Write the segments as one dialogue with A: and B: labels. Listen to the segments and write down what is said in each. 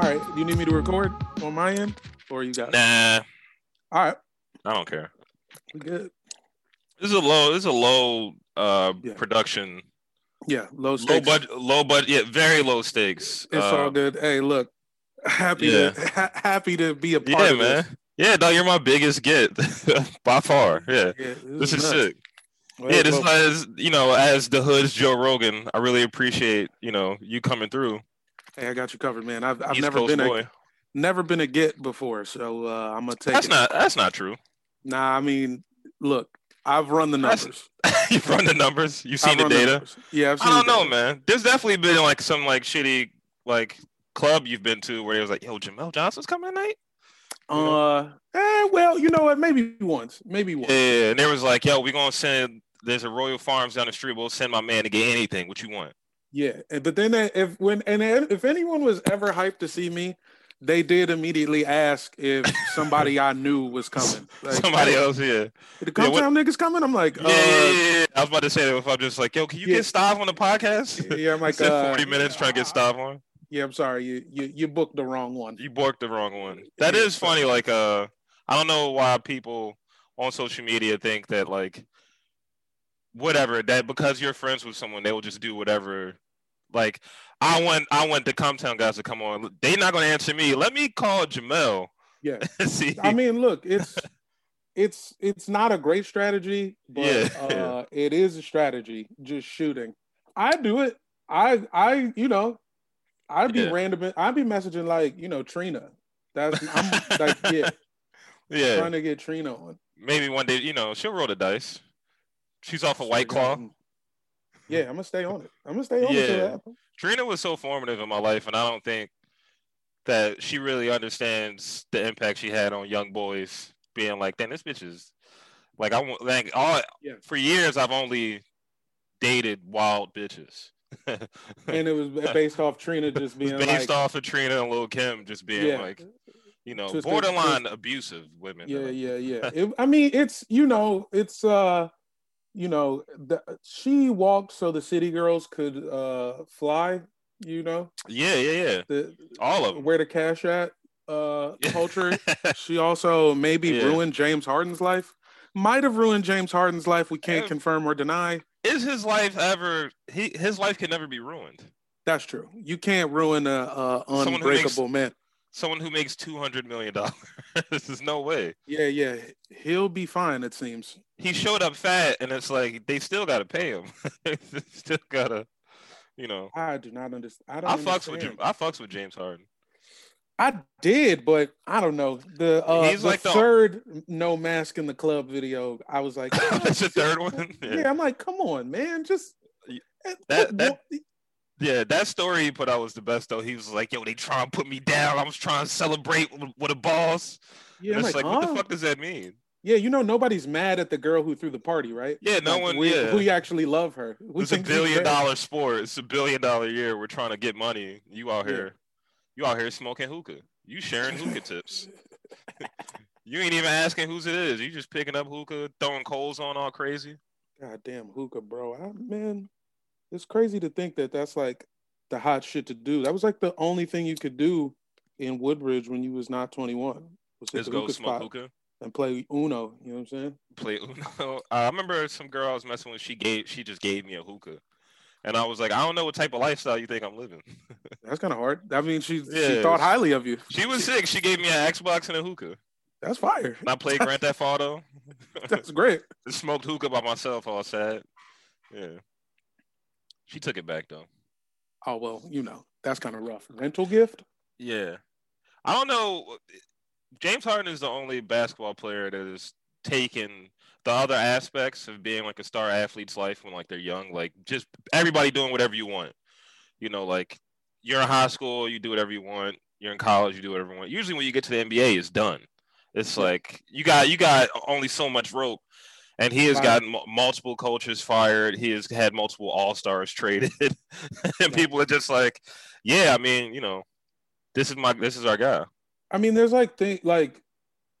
A: to record on my end, or you got? it?
B: Nah,
A: All right,
B: I don't care.
A: we good.
B: This is a low. This is a low uh,
A: Yeah.
B: production,
A: Yeah, low
B: low
A: stakes.
B: budget, low budget, yeah, very low stakes.
A: It's
B: Uh,
A: all good. Hey, look, happy to ha- happy to be a part
B: Yeah,
A: of
B: man. Yeah, no, you're my biggest get by far. Yeah,
A: this. Yeah,
B: this is
A: nuts.
B: sick.
A: Well,
B: Yeah, this
A: well,
B: is you know, as the hood's Joe Rogan, I really appreciate you know you coming through.
A: hey, I got you covered, man. I've, I've
B: East
A: never
B: Coast
A: been a
B: boy.
A: never been a get before, so uh, I'm gonna take
B: That's
A: it.
B: not that's not true.
A: nah, I mean, look, I've run the
B: That's-
A: numbers.
B: you run the numbers. You've seen
A: I've
B: the
A: run the
B: data.
A: numbers. Yeah, I've seen
B: I don't
A: the
B: know,
A: data.
B: man. There's definitely been like some like shitty like club you've been to where it was like, yo, Jamel Johnson's coming tonight.
A: Uh, eh, well, you know what? Maybe once, maybe once.
B: Yeah, and there was like, yo, we're gonna send. There's a Royal Farms down the street. We'll send my man to get anything. What you want?
A: Yeah, and- but then they- if when and then if anyone was ever hyped to see me, they did immediately ask if somebody I knew was coming. Like,
B: Somebody
A: hey,
B: else, yeah.
A: The come
B: what-
A: town niggas coming. I'm like,
B: Yeah,
A: uh,
B: yeah, yeah, yeah. I was about to say that if I'm just like, yo, can you
A: yeah.
B: get Stav on the podcast?
A: yeah, I'm like,
B: Said
A: uh,
B: 40 minutes trying to get Stav on.
A: Yeah, I'm sorry, you you you booked the wrong one.
B: You borked the wrong one. That
A: Yeah.
B: is funny. Like, uh, I don't know why people on social media think that like, whatever that because you're friends with someone, they will just do whatever. Like, I want I want the Comptown guys to come on. They not gonna answer me. Let me call Jamel.
A: Yeah.
B: See.
A: I mean, look, it's it's it's not a great strategy, but
B: Yeah.
A: uh, it is a strategy. Just shooting. I do it. I I you know, I'd be
B: Yeah.
A: random. I'd be messaging like you know Trina. That's I'm like yeah,
B: yeah.
A: trying to get Trina on.
B: Maybe one day, you know, she'll roll the dice. She's off a white claw.
A: Mm-hmm. Yeah, I'm gonna stay on it. I'm gonna stay on it. till
B: Yeah.
A: it. happens.
B: Trina was so formative in my life, and I don't think that she really understands the impact she had on young boys being like, "Damn, this bitch is like I want like all
A: Yeah.
B: for years I've only dated wild bitches." It's
A: And it was based off Trina just being
B: based
A: like,
B: off of Trina and Lil Kim just being
A: yeah,
B: like, you know,
A: Twisted-
B: borderline abusive women.
A: yeah,
B: Like,
A: yeah, yeah. It- I mean, it's you know, it's uh, you know, the, she walked so the city girls could uh fly. You know,
B: yeah, yeah, yeah.
A: the
B: All of them.
A: where the cash at uh
B: Oh. Yeah.
A: culture. she also maybe
B: Yeah.
A: ruined James Harden's life. Might have ruined James Harden's life. We can't
B: Yeah.
A: confirm or deny.
B: Is his life ever? He his life can never be ruined.
A: That's true. You can't ruin a, a
B: Someone who makes-
A: unbreakable man.
B: Someone who makes two hundred million dollars. this is no way.
A: Yeah, yeah. He'll be fine, it seems.
B: he showed up fat, and it's like they still gotta pay him. They still gotta, you know.
A: I do not understand. I don't
B: I, fucks with
A: understand.
B: Jam- I fucks with James Harden.
A: I did, but I don't know. The uh
B: He's
A: the
B: like the-
A: third no mask in the club video, I was like,
B: That's the third one.
A: Yeah.
B: Yeah.
A: I'm like, come on, man. Just
B: Y-
A: eh,
B: that-
A: what-
B: that-
A: what-
B: yeah, that story he put out was the best though. He was like, "Yo, they trying to put me down. I was trying to celebrate with, with a boss."
A: yeah,
B: and
A: I'm
B: it's
A: like,
B: like, what
A: huh?
B: the fuck does that mean?
A: Yeah, you know nobody's mad at the girl who threw the party, right?
B: Yeah, no
A: Like,
B: one.
A: we,
B: yeah,
A: we actually love her. We
B: it's a
A: think she
B: billion
A: cares.
B: dollar sport. It's a billion dollar year. We're trying to get money. You out
A: Yeah.
B: here, you out here smoking hookah. You sharing hookah tips. you ain't even asking whose it is. You just picking up hookah, throwing coals on all crazy.
A: God damn hookah, bro. I, man, it's crazy to think that that's like the hot shit to do. That was like the only thing you could do in Woodbridge when you was not 21. Was hit
B: Just
A: the
B: go
A: hookah
B: smoke
A: spot
B: hookah.
A: and play Uno. You know what I'm saying?
B: Play Uno. I remember some girl I was messing with. She gave. She just gave me a hookah, and I was like, I don't know what type of lifestyle you think I'm living.
A: That's kind of hard. I mean, she she
B: Yeah.
A: thought highly of you.
B: She was sick. She gave me an Xbox and a hookah.
A: That's fire.
B: And I played Grand Theft Auto.
A: That's great.
B: smoked hookah by myself. All sad. Yeah. She took it back though.
A: Oh well, you know that's kind of rough. Rental gift.
B: Yeah. I don't know. James Harden is the only basketball player that has taken the other aspects of being like a star athlete's life when like they're young, like just everybody doing whatever you want. You know, like you're in high school, you do whatever you want. You're in college, you do whatever you want. Usually when you get to the NBA, it's done. It's
A: Yeah.
B: like you got you got only so much rope. And he has
A: Right.
B: gotten mu- multiple coaches fired. He has had multiple all stars traded, and people are just like, "Yeah, I mean, you know, this is my this is our guy.
A: I mean, there's like thing like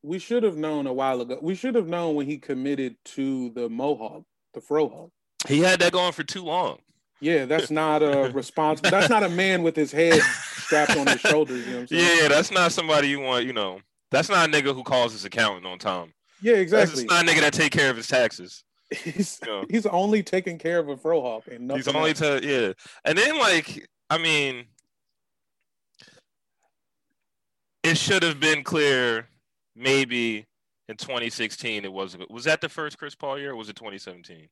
A: we should have known a while ago. We should have known when he committed to the Mohawk, the fro hawk.
B: He had that going for too long.
A: Yeah, that's not a response. That's not a man with his head strapped on his shoulders. You know what I'm saying?
B: Yeah, that's not somebody you want. You know, that's not a nigga who calls his accountant on time.
A: Yeah,
B: That's
A: exactly.
B: just not a nigga that take care of his taxes.
A: he's,
B: you know.
A: he's only taking care of a frohawk and nothing.
B: He's only
A: else.
B: to yeah, and then like I mean, it should have been clear maybe in 2016 it wasn't. Was that the first Chris Paul year? or Was it 2017?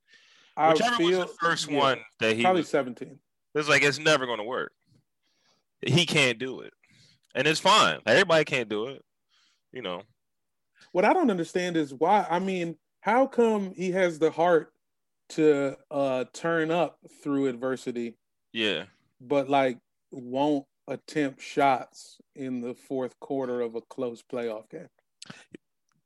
A: I
B: Whichever
A: feel-
B: was the first
A: yeah,
B: one that he
A: Probably
B: was,
A: seventeen.
B: it's like it's never going to work. He can't do it, and it's fine. Everybody can't do it, you know.
A: What I don't understand is why. I mean, how come he has the heart to uh, turn up through adversity,
B: Yeah,
A: but like won't attempt shots in the fourth quarter of a close playoff game?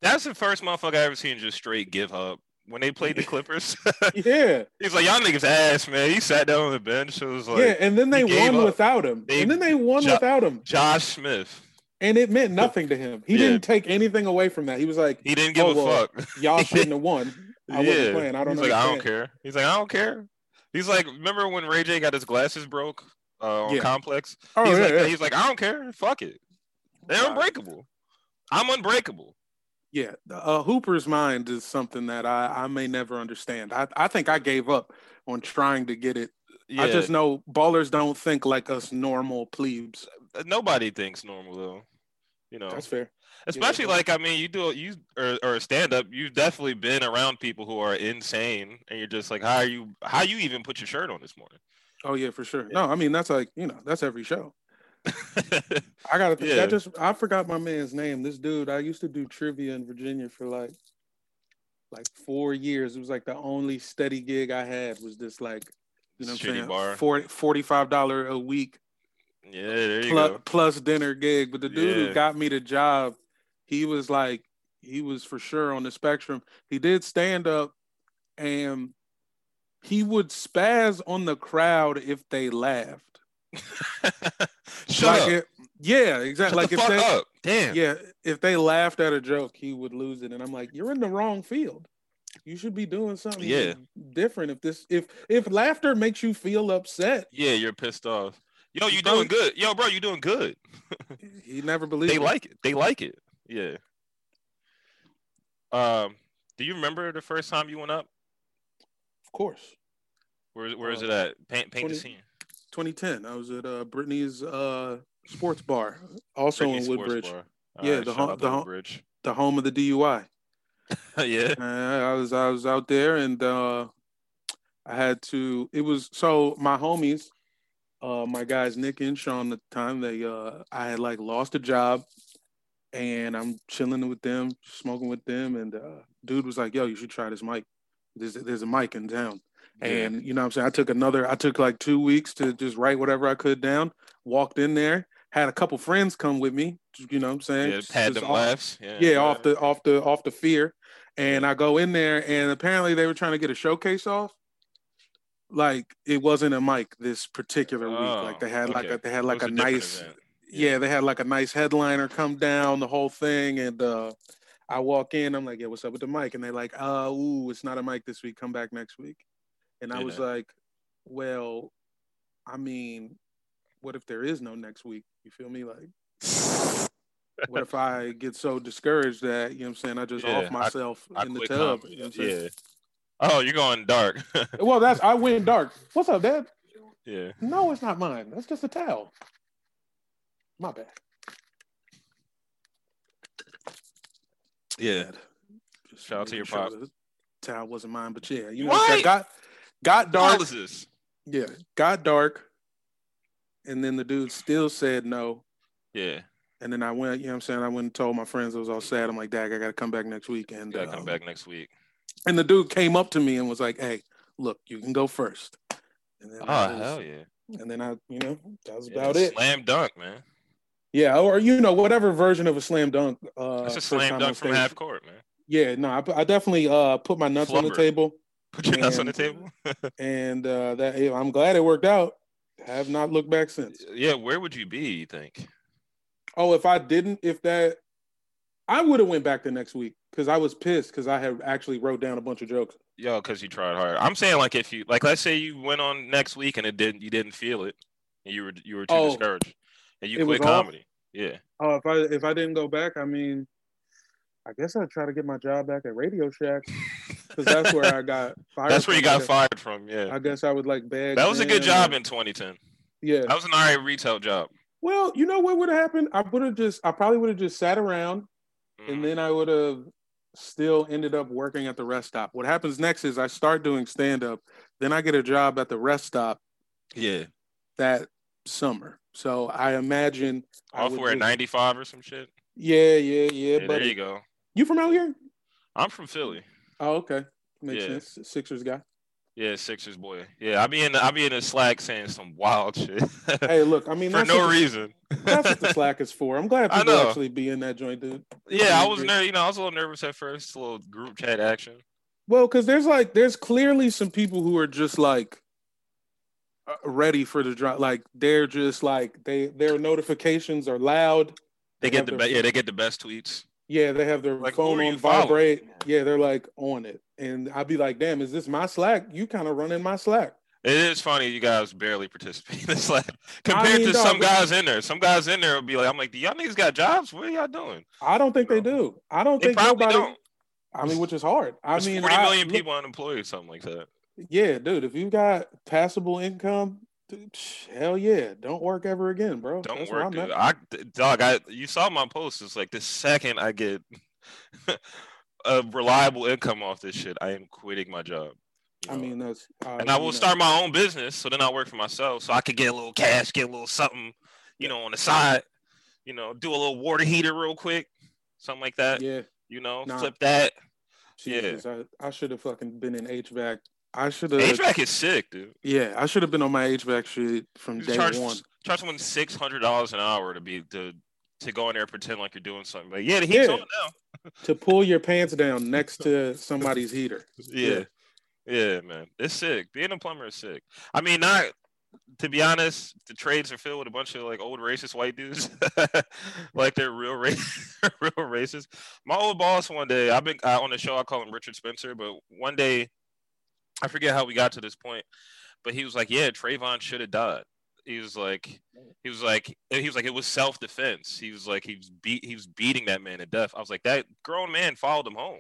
B: that's the first motherfucker I ever seen just straight give up when they played the Clippers.
A: Yeah,
B: He's like, y'all niggas ass, man. He sat down on the bench. It was like
A: yeah. And then they
B: he gave
A: won
B: up.
A: without him.
B: They
A: and then they won
B: ju-
A: without him,
B: Josh Smith.
A: and it meant nothing to him. He
B: Yeah.
A: didn't take anything away from that. He was like,
B: He didn't give
A: Oh,
B: a
A: well,
B: fuck.
A: "Y'all shouldn't have won. I
B: Yeah.
A: wasn't playing. I don't
B: He's
A: know."
B: like, I don't care. He's like, I don't care. He's like, remember when Ray J got his glasses broke uh, on
A: Yeah.
B: Complex?
A: Oh
B: he's,
A: yeah,
B: like,
A: yeah.
B: he's like, I don't care. Fuck it. They're
A: Wow.
B: unbreakable. I'm unbreakable.
A: Yeah, the, uh, Hooper's mind is something that I, I may never understand. I, I think I gave up on trying to get it.
B: Yeah.
A: I just know ballers don't think like us normal plebes.
B: Nobody thinks normal though. You know,
A: That's fair.
B: especially
A: yeah.
B: like I mean, you do you or, or stand up. You've definitely been around people who are insane, and you're just like, how are you? How you even put your shirt on this morning?
A: Oh yeah, for sure. No, I mean that's like you know that's every show. I gotta think.
B: Yeah.
A: I just I forgot my man's name. This dude I used to do trivia in Virginia for like like four years. It was like the only steady gig I had was this like you know what I'm
B: Shitty
A: saying
B: bar.
A: forty forty five dollar a week
B: yeah, there you
A: plus,
B: go.
A: plus dinner gig. But the dude
B: Yeah.
A: who got me the job, he was like, he was for sure on the spectrum. He did stand up and he would spaz on the crowd if they laughed.
B: Shut
A: like
B: up.
A: It, yeah, exactly.
B: Shut
A: like
B: the
A: if
B: fuck
A: they
B: up. Damn.
A: yeah, if they laughed at a joke, he would lose it. And I'm like, you're in the wrong field. You should be doing something
B: Yeah.
A: different. If this if if laughter makes you feel upset,
B: Yeah, you're pissed off. Yo,
A: You
B: you
A: probably-
B: doing good. Yo, bro, you doing good.
A: he never believed
B: They
A: me.
B: like it. They like it. Yeah. Um, do you remember the first time you went up?
A: of course.
B: Where where is
A: Uh,
B: it at? Paint paint the
A: 20
B: scene.
A: 2010. I was at uh, Brittany's uh, sports bar, also
B: Brittany
A: in
B: Sports
A: Woodbridge,
B: Bar.
A: Yeah,
B: Alright,
A: the
B: shout
A: hom-
B: out
A: the
B: to
A: hom-
B: Woodbridge.
A: the home of the DUI.
B: yeah.
A: Uh, I was I was out there, and uh, I had to. It was so my homies, uh, my guys Nick and Sean at the time. They uh, I had like lost a job, and I'm chilling with them, smoking with them, and uh, dude was like, "Yo, you should try this mic. There's there's a mic in town."
B: Yeah.
A: And you know what I'm saying? I took another, I took like two weeks to just write whatever I could down, walked in there, had a couple friends come with me, you know what I'm saying?
B: Yeah,
A: Just-
B: pad
A: just
B: them
A: off-
B: laughs. Yeah,
A: Yeah, off the off the off the fear. And I go in there and apparently they were trying to get a showcase off. Like it wasn't a mic this particular week. Like
B: Oh,
A: they had like
B: okay.
A: a they had
B: It
A: like
B: was
A: a
B: different
A: nice
B: event. Yeah.
A: yeah. they had like a nice headliner come down, the whole thing. And uh I walk in, I'm like, yeah, what's up with the mic? And they're like, uh, ooh, it's not a mic this week, come back next week. And I was
B: Yeah.
A: like, Well, I mean, what if there is no next week? You feel me? Like, what if I get so discouraged that, you know what I'm saying, I just
B: Yeah, I-
A: off myself
B: I
A: in the
B: quit
A: tub.
B: comedy.
A: you know what I'm saying?
B: yeah. Oh, you're going dark.
A: Well, that's I went dark. What's up, Dad?
B: yeah.
A: No, it's not mine. That's just a towel. My bad.
B: Yeah.
A: Bad. Just
B: Shout out to
A: making
B: your
A: sure
B: pop.
A: the Towel wasn't mine, but yeah, you know,
B: What?
A: that got got dark.
B: Dialysis.
A: Yeah, got dark. And then the dude still said no.
B: Yeah.
A: And then I went, you know what I'm saying? I went and told my friends I was all sad. I'm like, Dag, I gotta come back next week. And
B: Gotta
A: um,
B: come back next week.
A: and the dude came up to me and was like, Hey, look, you can go first. And then,
B: Oh
A: I was-
B: hell yeah.
A: and then I, you know, that was
B: Yeah,
A: about
B: that's
A: it.
B: Slam dunk, man.
A: Yeah, or you know, whatever version of a slam dunk. Uh,
B: That's a
A: first time
B: slam
A: on
B: dunk from
A: stage.
B: half court, man.
A: Yeah, no, I, I definitely uh put my nuts on
B: Flubber.
A: the table,
B: Put your nuts on the
A: And-
B: table.
A: and uh that yeah, I'm glad it worked out. Have not looked back since.
B: yeah, where would you be? You think?
A: Oh, if I didn't, if that, I would have went back the next week. because I was pissed because I had actually wrote down a bunch of jokes.
B: Yo, because you tried hard. I'm saying like if you like, let's say you went on next week and it didn't, you didn't feel it, and you were you were too
A: Oh.
B: discouraged, and you
A: It
B: quit
A: was off?
B: comedy. Yeah.
A: Oh, if I if I didn't go back, I mean, I guess I'd try to get my job back at Radio Shack because that's where I got fired.
B: That's where you
A: from.
B: got
A: I guess-
B: fired from. Yeah.
A: I guess I would like beg.
B: That was a good
A: them
B: job
A: or-
B: in 2010.
A: yeah.
B: That was an alright retail job.
A: Well, you know what would have happened? I would have just, I probably would have just sat around
B: Mm.
A: and then I would have still ended up working at the rest stop. What happens next is I start doing stand up, then I get a job at the rest stop
B: yeah.
A: that summer. So I imagine I
B: Off
A: would
B: where at
A: just-
B: 95 or some shit.
A: Yeah, yeah, yeah.
B: Yeah,
A: but
B: there you go.
A: you from out here?
B: I'm from Philly.
A: Oh, okay. Makes
B: Yeah.
A: sense. Sixers guy.
B: Yeah, Sixers boy. Yeah, I be in I be in the Slack saying some wild shit
A: Hey, look, I mean,
B: for
A: that's
B: no
A: what the-
B: reason.
A: That's what the slack is for. I'm glad
B: I
A: people
B: know.
A: actually be in that joint, dude.
B: yeah, I was
A: agree.
B: ner- you know I was a little nervous at first, a little group chat action.
A: Well, because there's like there's clearly some people who are just like uh, ready for the drop. Like they're just like they their notifications are loud.
B: They
A: have
B: get the
A: their-
B: be- yeah they get the best tweets.
A: Yeah, they have their
B: Like, who
A: phone
B: are you
A: on vibrate.
B: following?
A: Yeah, they're like on it, and I'd be like, "Damn, is this my Slack? You kind of running my Slack."
B: It is funny you guys barely participate in the Slack compared
A: mean,
B: to some
A: dog,
B: guys in there. Some guys in there will be like, I'm like, do y'all niggas got jobs? What are y'all doing?
A: I don't think they do. I don't
B: They
A: think
B: probably
A: nobody.
B: don't.
A: I mean, which is hard. I
B: There's
A: mean,
B: 40
A: I-
B: million
A: look-
B: people unemployed, something like that.
A: Yeah, dude, if you got passable income, dude, psh, hell yeah, don't work ever again, bro.
B: Don't
A: That's where
B: work,
A: I'm at.
B: dude. I, dog, I you saw my post. It's like the second I get a reliable income off this shit, I am quitting my job. you
A: I
B: know?
A: mean, that's. uh,
B: and I
A: you know.
B: will start my own business, so then I work for myself, so I could get a little cash, get a little something, you know, on the side, you know, do a little water heater real quick, something like that,
A: Yeah.
B: you know,
A: Nah.
B: flip that. Yeah.
A: Jesus, I, I should have fucking been in HVAC. I should have.
B: HVAC is sick, dude.
A: Yeah, I should have been on my HVAC shit from
B: You
A: day
B: charge,
A: one.
B: charge someone six hundred dollars an hour to be to to go in there and pretend like you're doing something. Like, yeah, the heat's
A: Yeah.
B: on now.
A: to pull your pants down next to somebody's heater.
B: Yeah. Yeah, man. It's sick. Being a plumber is sick. I mean, not to be honest, the trades are filled with a bunch of like old racist white dudes. like they're real ra- real racist. My old boss one day, I've been uh, on the show, I call him Richard Spencer, but one day I forget how we got to this point, but he was like, Yeah, Trayvon should have died. He was like he was like he was like it was self defense. He was like he was beat he was beating that man to death. I was like, that grown man followed him home.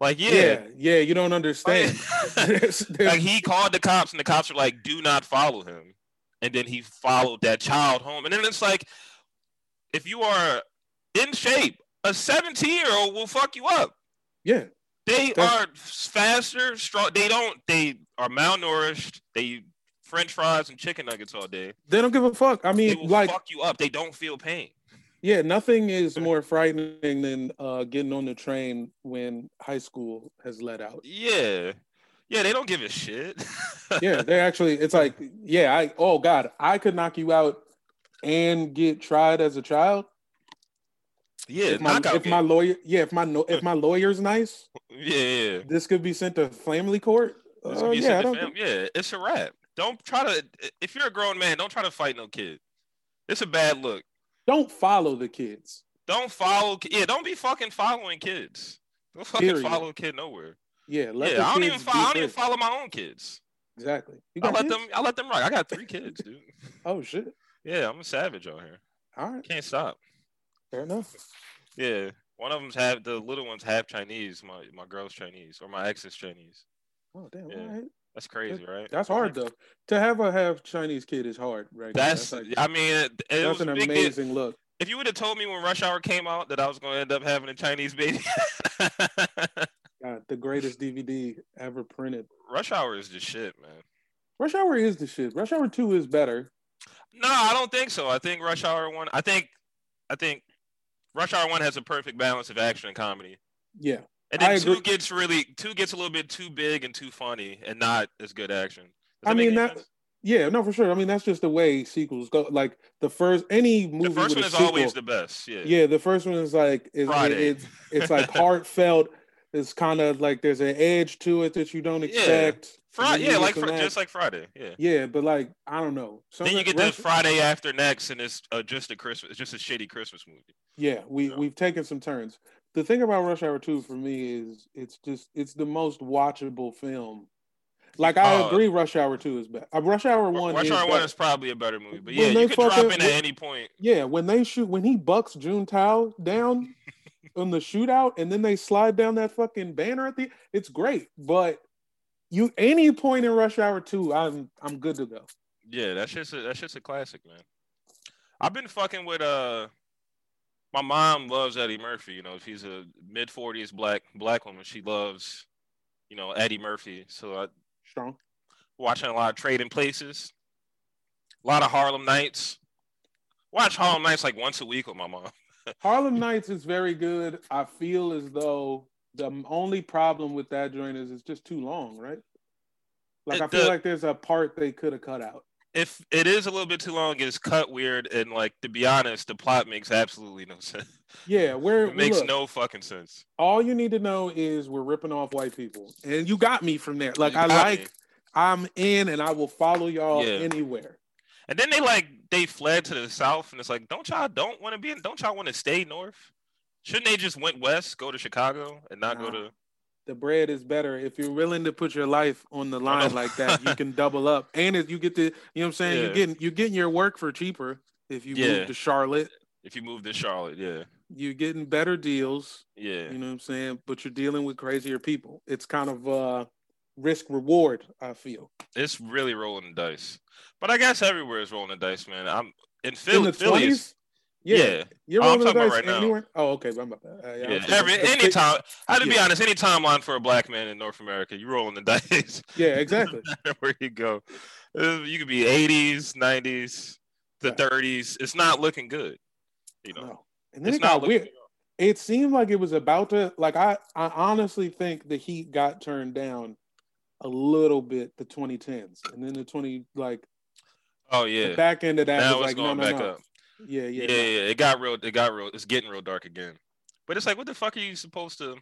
B: Like,
A: Yeah,
B: yeah. Oh,
A: yeah, you don't understand. There's- there's-
B: like he called the cops and the cops were like do not follow him and then he followed that child home and then it's like if you are in shape a 17 year old will fuck you up
A: yeah,
B: they
A: That's-
B: are faster strong they don't they are malnourished they eat french fries and chicken nuggets all day
A: they don't give a fuck. I
B: they
A: mean,
B: will
A: like,
B: fuck you up they don't feel pain
A: yeah, nothing is more frightening than uh, getting on the train when high school has let out.
B: yeah yeah they don't give a shit
A: Yeah, they're actually. It's like, yeah, I. Oh God, I could knock you out and get tried as a child.
B: yeah
A: if my,
B: knockout
A: if
B: game.
A: my lawyer, yeah, if my no, if my lawyer's nice,
B: yeah yeah
A: this could be sent to family court.
B: It's
A: Uh,
B: gonna be
A: yeah, I
B: something
A: don't
B: fam- yeah, it's a wrap. Don't try to. If you're a grown man, don't try to fight no kid. It's a bad look.
A: don't follow the kids.
B: Don't follow. ki- Yeah, don't be fucking following kids. Don't fucking
A: Period.
B: follow a kid nowhere.
A: Yeah, let
B: yeah,
A: the
B: I don't
A: kids
B: even. Fo- I don't
A: do
B: even
A: theirs.
B: follow my own kids.
A: Exactly. You
B: I
A: got
B: let
A: kids?
B: them. I let them rock. I got three kids, dude.
A: Oh shit.
B: Yeah, I'm a savage out here.
A: All right.
B: Can't stop.
A: Fair enough.
B: Yeah, one of them's half. The little one's half Chinese. My my girl's Chinese, or my ex is Chinese.
A: Oh damn.
B: Yeah.
A: All right.
B: That's crazy, right?
A: That's hard though. To have a half Chinese kid is hard, right? now.
B: That's.
A: like,
B: I mean, it, it
A: that's
B: was
A: an
B: a big deal.
A: amazing look.
B: if you would have told me when Rush Hour came out that I was going to end up having a Chinese baby,
A: God, the greatest DVD ever printed.
B: Rush Hour is just shit, man.
A: Rush Hour is the shit. Rush Hour Two is better.
B: No, I don't think so. I think Rush Hour one. I think, I think Rush Hour one has a perfect balance of action and comedy,
A: Yeah.
B: and
A: I
B: then two
A: agree.
B: gets really two gets a little bit too big and too funny and not as good action. Does
A: I
B: make
A: mean,
B: any
A: that-
B: sense?
A: Yeah, no, for sure. I mean, that's just the way sequels go. Like the first any
B: the
A: movie
B: first one
A: with a
B: is
A: sequel,
B: always the best. Yeah.
A: yeah, the first one is like it's
B: Friday.
A: it's it's like heartfelt. It's kind of like there's an edge to it that you don't
B: Yeah.
A: expect.
B: Fri-
A: And then
B: yeah,
A: you
B: like
A: get
B: fr-
A: some
B: just
A: act-
B: like Friday. Yeah.
A: yeah, but like I don't know. Some
B: then you get the
A: Rush-
B: Friday after next, and it's uh, just a Christmas, it's just a shitty Christmas movie.
A: Yeah, we
B: Yeah.
A: we've taken some turns. the thing about Rush Hour Two for me is it's just it's the most watchable film. Like I
B: Oh.
A: agree, Rush Hour Two is better. Uh, Rush Hour One.
B: Rush
A: is
B: Hour One
A: better.
B: is probably a better movie, but
A: When
B: yeah,
A: they
B: you could drop
A: fucking-
B: in at any point.
A: Yeah, when they shoot, when he bucks June Tao down on the shootout, and then they slide down that fucking banner at the, it's great. But you, any point in Rush Hour Two, I'm I'm good to go.
B: Yeah, that shit's a, that shit's a classic, man. I've been fucking with uh, my mom loves Eddie Murphy. You know, she's a mid forties black black woman. She loves, you know, Eddie Murphy. So I
A: Strong.
B: watching a lot of Trading Places, a lot of Harlem Nights. Watch Harlem Nights like once a week with my mom.
A: Harlem Nights is very good. I feel as though the only problem with that joint is it's just too long, right? Like I
B: It-
A: feel
B: the-
A: like there's a part they could have cut out.
B: If it is a little bit too long, it's cut weird and like to be honest, the plot makes absolutely no sense.
A: Yeah, where
B: It makes
A: look,
B: no fucking sense.
A: all you need to know is we're ripping off white people, and you got me from there. Like
B: You
A: I
B: got
A: like
B: me.
A: I'm in and I will follow y'all
B: Yeah.
A: anywhere.
B: And then they like they fled to the south, and it's like, don't y'all don't want to be in? Don't y'all want to stay north? Shouldn't they just went west, go to Chicago, and not go
A: Nah.
B: to?
A: The bread is better. If you're willing to put your life on the line
B: no.
A: like that, you can double up. And if you get the you know what I'm saying, you're
B: Yeah.
A: getting you're getting your work for cheaper if you
B: Yeah.
A: move to Charlotte.
B: If you moved to Charlotte, yeah,
A: You're getting better deals,
B: yeah,
A: you know what I'm saying? But you're dealing with crazier people. It's kind of uh risk reward, I feel.
B: it's really rolling the dice. But I guess everywhere is rolling the dice, man. I'm in
A: In
B: Philly.
A: the
B: Philly is-
A: twenties? Yeah.
B: yeah. Oh,
A: You're
B: I'm
A: rolling the
B: talking about
A: dice
B: right now.
A: anywhere? Oh, okay. I'm about that. Uh, yeah, I
B: Yeah,
A: was
B: every
A: thinking-
B: any time. I had to be
A: Yeah.
B: honest. Any timeline for a black man in North America, you rolling the dice
A: Yeah, exactly.
B: where you go. Uh, You could be 80s, 90s, the
A: Right.
B: 30s. It's not looking good. You know,
A: No. And then
B: it's
A: it got
B: looking
A: weird. it seemed like it was about to like I, I honestly think the heat got turned down a little bit the 2010s and then the 20 like
B: Oh
A: the
B: yeah,
A: back end of that
B: now
A: was
B: it's
A: like no
B: going
A: no
B: back
A: no
B: up.
A: yeah yeah,
B: Yeah,
A: no.
B: yeah, it got real. It got real. It's getting real dark again. But it's like, what the fuck are you supposed to?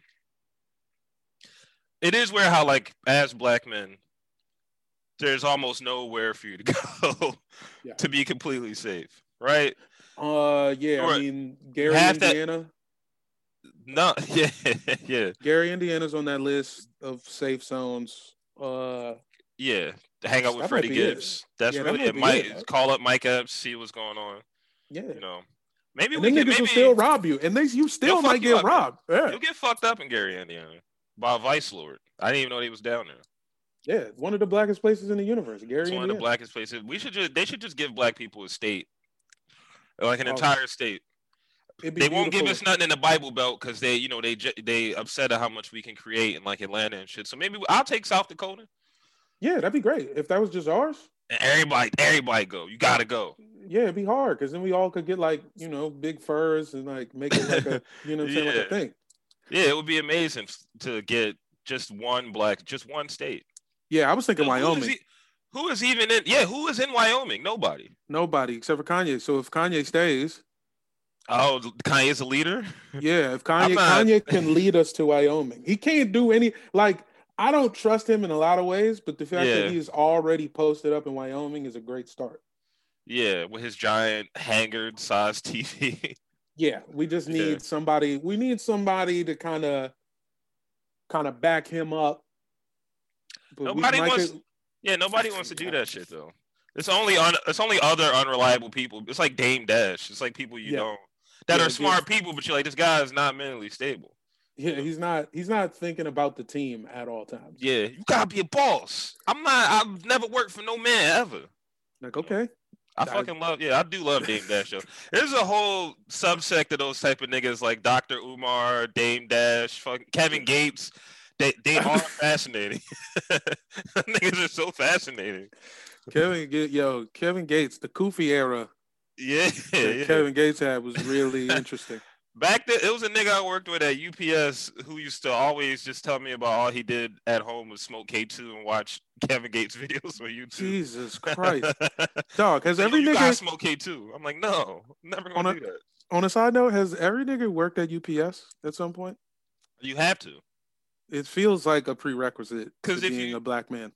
B: It is where how like as black men, there's almost nowhere for you to go
A: Yeah.
B: to be completely safe, right?
A: uh yeah I
B: Right.
A: mean Gary
B: Half that-
A: Indiana
B: No, yeah, yeah,
A: Gary Indiana's on that list of safe zones uh
B: yeah. Hang out with
A: That might
B: Freddie
A: be it.
B: Gibbs. That's
A: Yeah, that
B: really
A: might
B: it.
A: be
B: Mike,
A: it.
B: call up Mike up, see what's going on.
A: yeah
B: You know, maybe
A: and
B: we can
A: then niggas
B: maybe
A: will still rob you and they you still
B: fuck
A: might
B: you
A: get
B: up.
A: robbed yeah
B: you'll get fucked up in Gary, Indiana, by a vice lord. I didn't even know he was down there.
A: yeah one of the blackest places in the universe Gary
B: It's one of
A: Indiana
B: the blackest places. We should just they should just give black people a state, like an
A: Oh.
B: entire state.
A: It'd be
B: They won't give us
A: beautiful.
B: nothing in the Bible Belt because they, you know, they ju- they upset at how much we can create in like Atlanta and shit. So maybe I'll take South Dakota
A: yeah that'd be great if that was just ours
B: and everybody, everybody go. You gotta go.
A: Yeah, it'd be hard because then we all could get like you know big furs and like make it like a you know what I'm saying like a
B: Yeah.
A: thing.
B: Yeah, it would be amazing to get just one black, just one state.
A: Yeah, I was thinking
B: Who is
A: Wyoming.
B: e- Who is even in? Yeah, who is in Wyoming? Nobody.
A: Nobody except for Kanye. So if Kanye stays,
B: Oh, Kanye's a leader.
A: yeah, if Kanye
B: not-
A: Kanye can lead us to Wyoming, he can't do any like I don't trust him in a lot of ways, but the fact
B: Yeah.
A: that he's already posted up in Wyoming is a great start.
B: Yeah, with his giant hangared size TV.
A: Yeah, we just
B: Yeah.
A: need somebody. We need somebody to kind of kind of back him up. But we
B: Nobody
A: might
B: wants-
A: get-
B: Yeah, nobody wants to do that shit though. It's only un- it's only other unreliable people. It's like Dame Dash. It's like people you
A: Yeah.
B: don't that
A: Yeah,
B: are
A: it
B: smart people, but you're like this guy is not mentally stable.
A: Yeah, he's not he's not thinking about the team at all times.
B: Yeah, you gotta be a boss. I'm not. I've never worked for no man ever.
A: Like, okay.
B: I
A: Nah,
B: fucking love. Yeah, I do love Dame Dash. Though. There's a whole subsect of those type of niggas like Dr. Umar, Dame Dash, fucking Kevin Gates. They they are fascinating. niggas are so fascinating.
A: Kevin Ga- yo, Kevin Gates, the Kofi era
B: Yeah,
A: that
B: yeah.
A: Kevin Gates had was really interesting.
B: Back then, it was a nigga I worked with at UPS who used to always just tell me about all he did at home was smoke K2 and watch Kevin Gates videos on YouTube.
A: Jesus Christ. Dog, has every
B: you gotta
A: nigga
B: smoke K2. I'm like, no, I'm never
A: On
B: gonna do
A: a-
B: that.
A: on a side note, has every nigga worked at UPS at some point?
B: You have to.
A: It feels like a prerequisite to
B: 'Cause if
A: being
B: you-
A: a black man.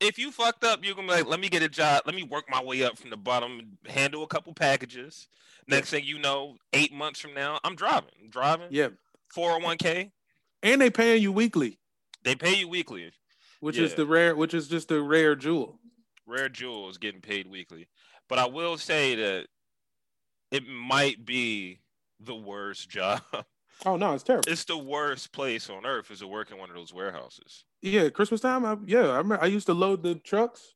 B: If you fucked up, you're gonna be like, let me get a job, let me work my way up from the bottom, handle a couple packages. Next thing you know, eight months from now, I'm driving. I'm driving.
A: Yeah.
B: 401k.
A: and they paying you weekly,
B: They pay you weekly.
A: which is
B: Yeah.
A: the rare, which is just the rare jewel.
B: Rare Jewel is getting paid weekly. But I will say that it might be the worst job.
A: Oh no, it's terrible.
B: it's the worst place on earth is to work in one of those warehouses.
A: yeah, Christmas time. I, yeah, I remember I used to load the trucks.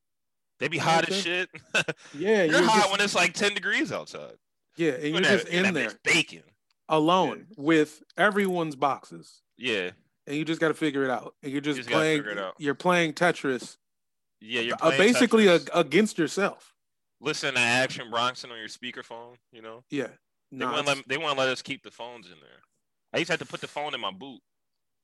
B: They be
A: Yeah,
B: hot
A: okay.
B: as shit.
A: Yeah,
B: You're
A: you
B: hot
A: just-
B: when it's like 10 degrees outside.
A: yeah, and
B: You
A: you're
B: in that-
A: just in
B: that
A: there
B: bitch baking.
A: alone with everyone's boxes,
B: Yeah.
A: and you just got to figure it out. And you're just,
B: just gotta
A: playing.
B: figure it out.
A: You're playing Tetris,
B: Yeah, you're
A: uh,
B: playing
A: basically
B: Tetris.
A: a, against yourself.
B: listen to Action Bronson on your speakerphone. You know,
A: Yeah,
B: they
A: no,
B: wouldn't
A: it's-
B: let they wouldn't let us keep the phones in there. I used to have to put the phone in my boot.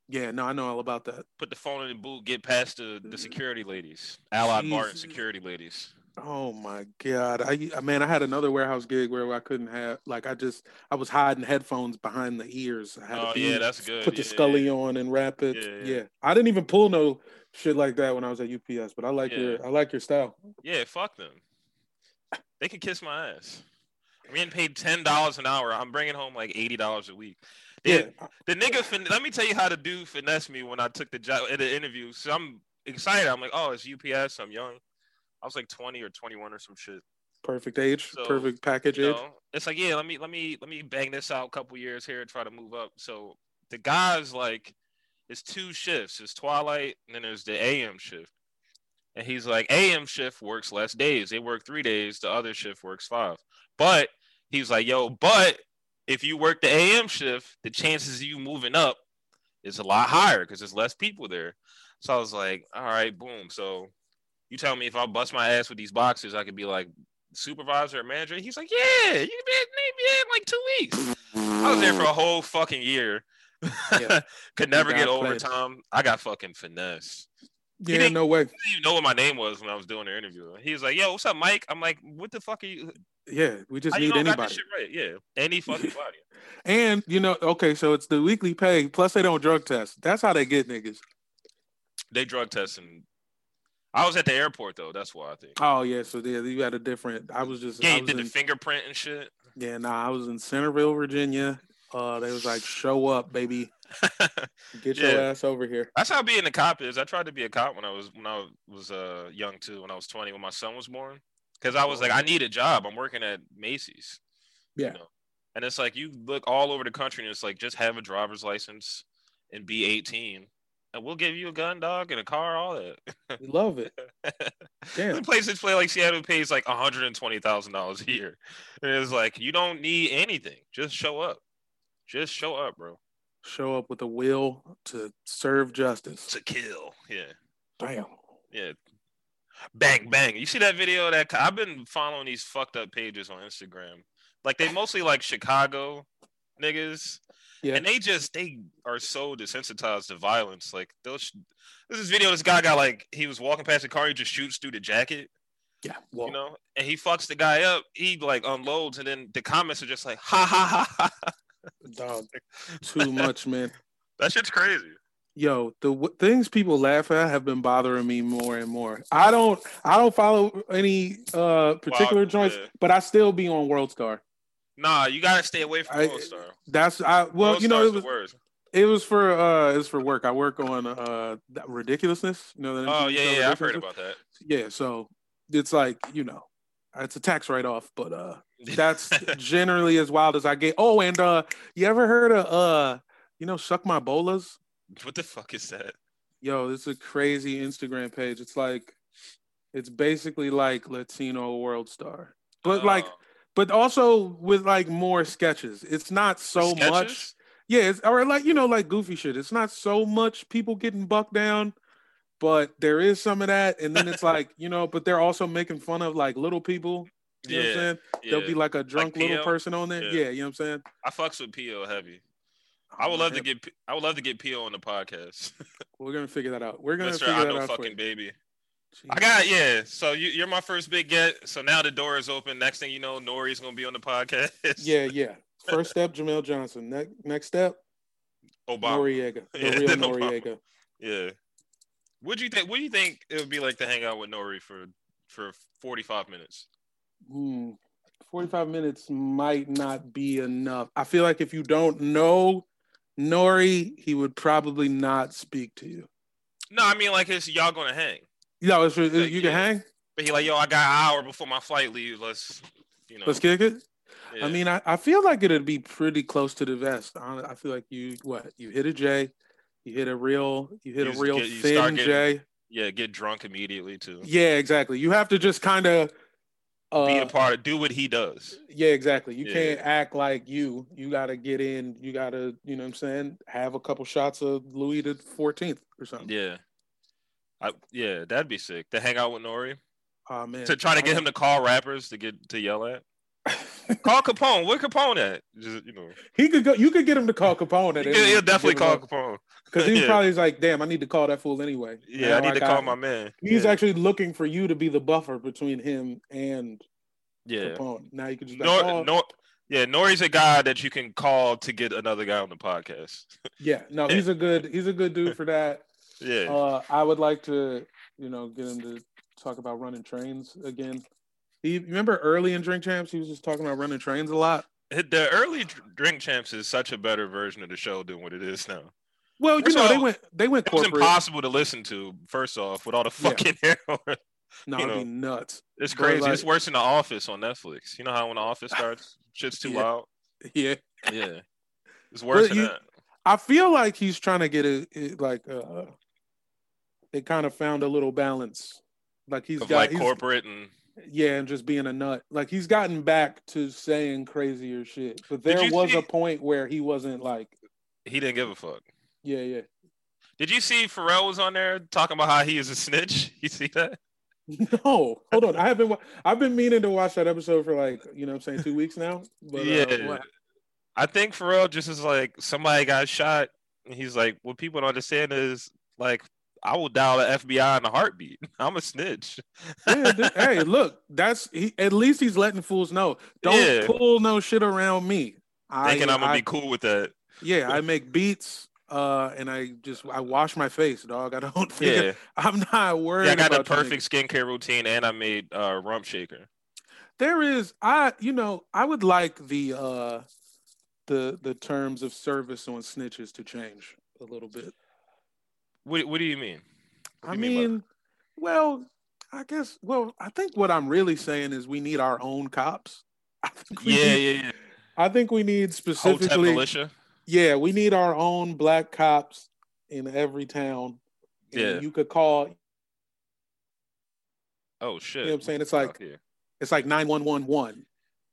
A: yeah, no, I know all about that.
B: Put the phone in the boot. Get past the, the security ladies, Allied Martin
A: Jesus.
B: security ladies.
A: Oh my god! I I- man, I had another warehouse gig where I couldn't have like I just I was hiding headphones behind the ears. I had
B: Oh
A: to
B: yeah,
A: be-
B: that's good.
A: put the
B: yeah,
A: Scully
B: yeah.
A: on and wrap it.
B: Yeah,
A: Yeah,
B: yeah.
A: I didn't even pull no shit like that when I was at UPS, but I like
B: Yeah.
A: your I like your style.
B: Yeah, fuck them. They can kiss my ass. I'm getting paid ten dollars an hour. I'm bringing home like eighty dollars a week. They-
A: Yeah,
B: The nigga, fin- let me tell you how the dude finessed me when I took the job at the interview. So I'm excited. I'm like, oh, it's UPS. I'm young. I was like 20 or 21 or some shit.
A: perfect age,
B: So,
A: perfect package
B: You
A: age.
B: know, it's like, yeah, let me let me let me bang this out a couple years here and try to move up. So the guys like, it's two shifts. It's twilight and then there's the AM shift. And he's like, AM shift works less days. They work three days. The other shift works five. But he's like, yo, but if you work the AM shift, the chances of you moving up is a lot higher because there's less people there. So I was like, all right, boom. So you tell me if I bust my ass with these boxes, I could be like supervisor or manager. He's like, yeah, you been maybe in like two weeks. I was there for a whole fucking year.
A: Yeah.
B: Could never
A: got
B: get
A: played.
B: overtime. I got fucking finesse.
A: Yeah,
B: didn't-
A: no way.
B: I didn't even know what my name was when I was doing the interview. He was like, yo, what's up, Mike? I'm like, what the fuck are you?
A: Yeah, we just
B: How you
A: need
B: don't got this
A: anybody.
B: shit right? Yeah, any fucking body.
A: And you know, okay, so it's the weekly pay plus they don't drug test. That's how they get niggas.
B: They drug testing. I was at the airport though. That's why I think.
A: Oh yeah, so yeah, you had a different. I was just I
B: Yeah, you
A: was
B: did the
A: in-
B: fingerprint and shit.
A: Yeah, nah, I was in Centerville, Virginia. Uh, they was like, "Show up, baby, get your
B: Yeah.
A: ass over here."
B: That's how being a cop is. I tried to be a cop when I was when I was uh young too. When I was twenty, when my son was born, because I was like, I need a job. I'm working at Macy's.
A: Yeah.
B: know? And it's like you look all over the country, and it's like just have a driver's license and be 18, and we'll give you a gun, dog, and a car, all that.
A: Love it.
B: The
A: Damn.
B: places play like Seattle pays like $120,000 a year. And it's like, you don't need anything. Just show up. Just show up, bro.
A: Show up with a will to serve justice.
B: To kill. Yeah.
A: Damn.
B: Yeah. Bang, bang. You see that video? of That co- I've been following these fucked up pages on Instagram. Like, they mostly like Chicago niggas.
A: Yeah.
B: And they just, they are so desensitized to violence. Like, they'll, sh- this is video, this guy got like, he was walking past the car, he just shoots through the jacket.
A: Yeah. Well,
B: you know, and he fucks the guy up. He like unloads, and then the comments are just like, ha ha ha. ha.
A: dog, too much, man.
B: That shit's crazy.
A: Yo, the w- things people laugh at have been bothering me more and more. I don't, I don't follow any uh particular
B: Wild,
A: joints,
B: yeah.
A: but I still be on World Star.
B: Nah, you gotta stay away from
A: I-
B: Gold Star.
A: That's I. Well,
B: Gold
A: you know,
B: Star's
A: it was
B: the worst.
A: it was for uh it was for work. I work on uh that ridiculousness. You know that?
B: Oh
A: MTV
B: yeah,
A: show,
B: yeah, I've heard
A: Ridiculousness?
B: about that.
A: yeah so it's like you know it's a tax write-off but uh that's generally as wild as i get oh and uh you ever heard of uh you know suck my bolas
B: what the fuck is that?
A: yo this is a crazy instagram page it's like it's basically like latino world star but like
B: Oh.
A: but also with like more sketches it's not so
B: Sketches?
A: much yeah, it's, or like you know, like goofy shit. It's not so much people getting bucked down, but there is some of that. And then it's like you know, but they're also making fun of like little people. You know what
B: Yeah,
A: I'm saying?
B: yeah.
A: There'll be like a drunk
B: P.O.?
A: little person on there.
B: Yeah.
A: Yeah. you know what I'm saying?
B: I fucks with P.O. heavy. I would love to get P- I would love to get P.O. on the podcast.
A: We're gonna figure that out. We're gonna
B: Mr.
A: figure
B: I
A: that
B: know
A: out.
B: fucking
A: Fucking
B: baby. I got yeah. So you, you're my first big get. So now the door is open. Next thing you know, Nori's gonna be on the podcast.
A: Yeah, yeah. First step, Jamel Johnson. Next, next step,
B: Obama.
A: Noriega, the
B: Yeah,
A: real
B: then Obama.
A: Noriega.
B: Yeah. Would you think? What do you think it would be like to hang out with Nori for for forty five minutes?
A: Hmm. 45 minutes might not be enough. I feel like if you don't know Nori, he would probably not speak to you.
B: No, I mean like it's y'all gonna hang.
A: No, it's, it's,
B: Like,
A: you can
B: yeah.
A: hang.
B: But he like, yo, I got an hour before my flight leaves. Let's you know
A: Let's kick it.
B: yeah.
A: I mean, I, I feel like it'd be pretty close to the vest. Hon- I feel like you what you hit a J, you hit a real, you hit
B: You
A: a
B: just
A: real
B: get- you start
A: thin
B: getting-
A: J.
B: yeah, get drunk immediately to
A: Yeah, exactly. You have to just kind of.
B: be
A: Uh,
B: a part of do what he does.
A: yeah, exactly. You
B: Yeah.
A: can't act like you. You got to get in. You got to, you know what I'm saying? Have a couple shots of Louis the 14th or something.
B: Yeah. I, yeah, that'd be sick to hang out with Nori
A: Oh, man.
B: to try to get him to call rappers to get to yell at. Call Capone. Where Capone at? Just, you know,
A: he could go. You could get him to call Capone. at
B: he'll,
A: any-
B: he'll definitely
A: give
B: call
A: him
B: Capone.
A: Because he
B: Yeah.
A: probably is like, damn, I need to call that fool anyway.
B: Yeah, I
A: Now
B: need to
A: got
B: call
A: him.
B: my man.
A: He's
B: yeah.
A: actually looking for you to be the buffer between him and
B: yeah.
A: Capone. Now you can just be like,
B: Nor,
A: oh,
B: Nor, yeah, Nori's a guy that you can call to get another guy on the podcast.
A: yeah, no, he's a good, he's a good dude for that.
B: Yeah,
A: Uh, I would like to, you know, get him to talk about running trains again. He remember early in Drink Champs, he was just talking about running trains a lot.
B: the early dr- Drink Champs is such a better version of the show than what it is now.
A: Well, you
B: First
A: know,
B: of
A: they
B: all,
A: went, they went
B: It was
A: corporate.
B: impossible to listen to. First off, with all the
A: Yeah.
B: fucking error.
A: No,
B: you
A: it'd
B: know.
A: be nuts.
B: it's
A: Bro,
B: crazy.
A: like-
B: it's worse than The Office on Netflix. You know how when The Office starts, shit's too
A: Yeah.
B: loud.
A: Yeah,
B: Yeah, it's worse than
A: you-
B: that.
A: I feel like he's trying to get a it- like uh they kind of found a little balance. Like he's
B: Of
A: got
B: like
A: he's-
B: corporate and
A: yeah, and just being a nut. Like he's gotten back to saying crazier shit. But
B: Did
A: there
B: you
A: was
B: see-
A: a point where he wasn't like,
B: he didn't give a fuck.
A: yeah, yeah.
B: Did you see Pharrell was on there talking about how he is a snitch? You see that?
A: No, Oh, hold on. I have been wa- I've been meaning to watch that episode for like, you know what I'm saying, 2 weeks now, but uh, yeah.
B: Yeah. I think Pharrell just is like somebody got shot, and he's like, what people don't understand is like I will dial the FBI in a heartbeat. I'm a snitch.
A: yeah, dude, hey, look, that's he, at least he's letting fools know. Don't
B: Yeah.
A: pull no shit around me. I,
B: Thinking I, am gonna
A: I-
B: be cool with that.
A: Yeah, I make beats. Uh, and I just I wash my face, dog. I don't. Think
B: Yeah,
A: I'm not worried.
B: yeah. I got the
A: about you niggas.
B: perfect skincare routine, and I made uh, rump shaker.
A: There is I. You know, I would like the uh, the the terms of service on snitches to change a little bit.
B: What What do you mean? What
A: I
B: do you by that?
A: mean, well, I guess. Well, I think what I'm really saying is we need our own cops. I think we
B: yeah,
A: need,
B: yeah, yeah.
A: I think we need
B: Hotep
A: specifically.
B: militia.
A: Yeah, we need our own black cops in every town. And
B: Yeah.
A: you could call.
B: Oh shit.
A: You know what I'm saying? It's like
B: Fuck yeah. it's
A: it's like nine one one one.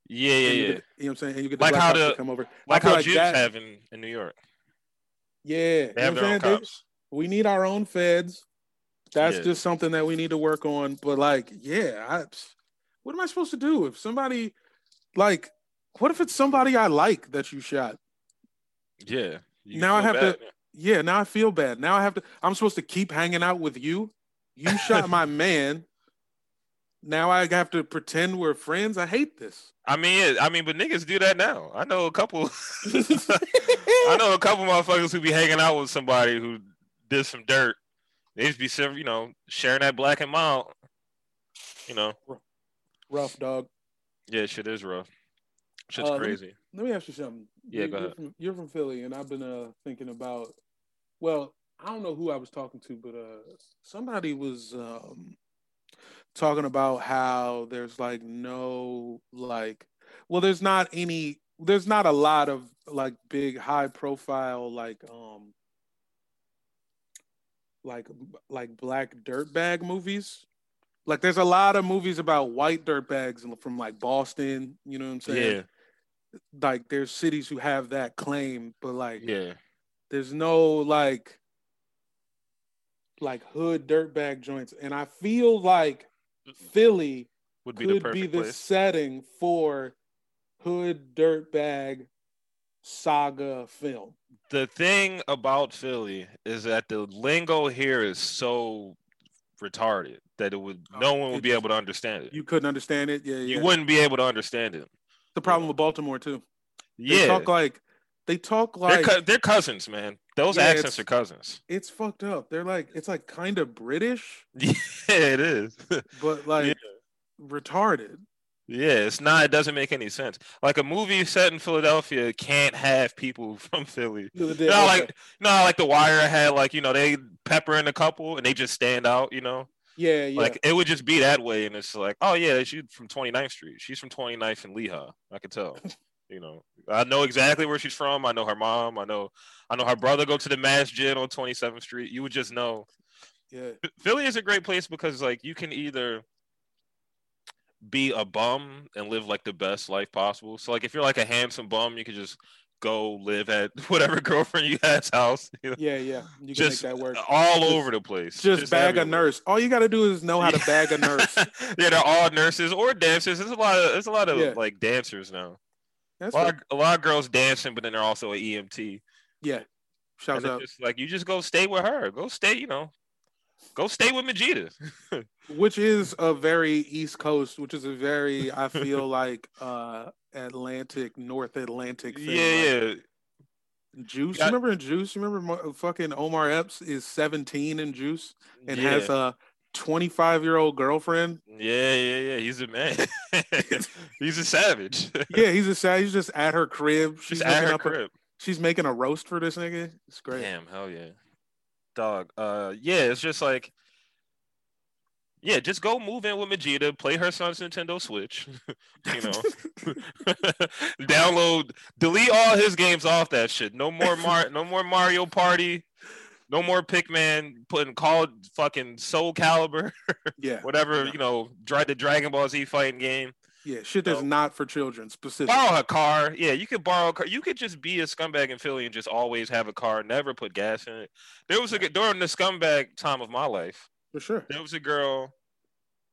B: yeah, yeah,
A: And you
B: yeah.
A: get- You know what I'm saying? And you get the
B: Like
A: black
B: how
A: cops to
B: the-
A: come over.
B: Like
A: feel
B: how
A: like
B: Jews
A: that-
B: have in, in New York.
A: Yeah.
B: They
A: you know
B: have
A: what
B: their
A: I'm
B: own
A: saying? They-
B: cops.
A: we need our own feds. That's
B: Yeah.
A: just something that we need to work on. But like, yeah, I, what am I supposed to do if somebody like what if it's somebody I like that you shot?
B: Yeah. You
A: Now I
B: feel
A: have to- Yeah, now I feel bad. Now I have to I'm supposed to keep hanging out with you. You shot my man. Now I have to pretend we're friends. I hate this.
B: I mean, yeah, I mean, but niggas do that now. I know a couple. I know a couple motherfuckers who be hanging out with somebody who did some dirt. They just be, sev- you know, sharing that black and mild. You know,
A: Rough dog.
B: yeah, shit is rough. Shit's
A: Uh, let me-
B: crazy.
A: Let me ask you something.
B: Yeah,
A: you,
B: go
A: you're
B: ahead.
A: From, you're from Philly, and I've been uh, thinking about. Well, I don't know who I was talking to, but uh, somebody was um, talking about how there's like no like, well, there's not any, there's not a lot of like big high profile like um like like black dirtbag movies. Like there's a lot of movies about white dirtbags from like Boston, you know what I'm saying?
B: Yeah,
A: like there's cities who have that claim, but like
B: yeah.
A: there's no like like hood dirtbag joints. And I feel like Philly
B: Would be the
A: could be
B: perfect
A: the
B: place.
A: setting for hood dirtbag saga film.
B: The thing about Philly is that the lingo here is so retarded that it would no
A: Oh,
B: one would
A: it
B: be
A: is.
B: able to understand it.
A: You couldn't understand it. Yeah, yeah.
B: You wouldn't be able to understand it.
A: the problem with Baltimore too. They
B: Yeah,
A: talk like they talk
B: they're,
A: like
B: cou- they're cousins, man. Those
A: Yeah,
B: accents
A: it's-
B: are cousins.
A: it's fucked up. They're like it's like kind of British,
B: Yeah, it is.
A: but like retarded.
B: Yeah, it's not. It doesn't make any sense. Like a movie set in Philadelphia can't have people from Philly. You know, like no, like The Wire had like you know they pepper in a couple and they just stand out. You know,
A: yeah, yeah.
B: like it would just be that way, and it's like, oh yeah, she's from 29th Street. She's from 29th and Lehigh. I could tell. you know, I know exactly where she's from. I know her mom. I know, I know her brother go to the Mass Gin on 27th Street. You would just know.
A: yeah.
B: Ph- Philly is a great place because like you can either be a bum and live like the best life possible. So like if you're like a handsome bum, you could just go live at whatever girlfriend you has house, you know,
A: Yeah, yeah. You can
B: Just
A: make that work.
B: all
A: Just-
B: over the place.
A: Just, bag a
B: everywhere.
A: nurse. All you got to do is know how to bag a nurse.
B: yeah, they're all nurses or dancers. There's a lot of there's a lot of
A: Yeah.
B: like dancers now.
A: That's
B: A lot,
A: it.
B: of, a lot of girls dancing, but then they're also an EMT.
A: yeah.
B: And
A: Shouts
B: it's
A: out.
B: just like you just go stay with her. Go stay, you know, go stay with Majita.
A: which is a very East Coast, which is a very I feel like uh Atlantic, North Atlantic thing.
B: Yeah,
A: Like,
B: yeah.
A: Juice.
B: Yeah.
A: You remember in Juice? You remember Mo- fucking Omar Epps is 17 in Juice and
B: yeah.
A: has a 25 year old girlfriend.
B: Yeah, yeah, yeah. He's a man. He's a savage.
A: Yeah, he's a sad. He's just at her crib. She's
B: She's at
A: making
B: her
A: up a-
B: crib.
A: she's making a roast for this nigga. It's great.
B: Damn, hell yeah. Dog. Uh yeah, it's just like yeah, just go move in with Majita, play her son's Nintendo Switch, you know. Download, delete all his games off that shit. No more Mar no more Mario Party, no more Pikmin, putting called fucking Soul Caliber,
A: Yeah,
B: whatever,
A: No.
B: you know, dry the Dragon Ball Z fighting game.
A: yeah. Shit that's
B: No.
A: not for children specifically.
B: borrow a car. Yeah, you could borrow a car. You could just be a scumbag in Philly and just always have a car, never put gas in it. There was a g- during the scumbag time of my life.
A: For sure.
B: There was a girl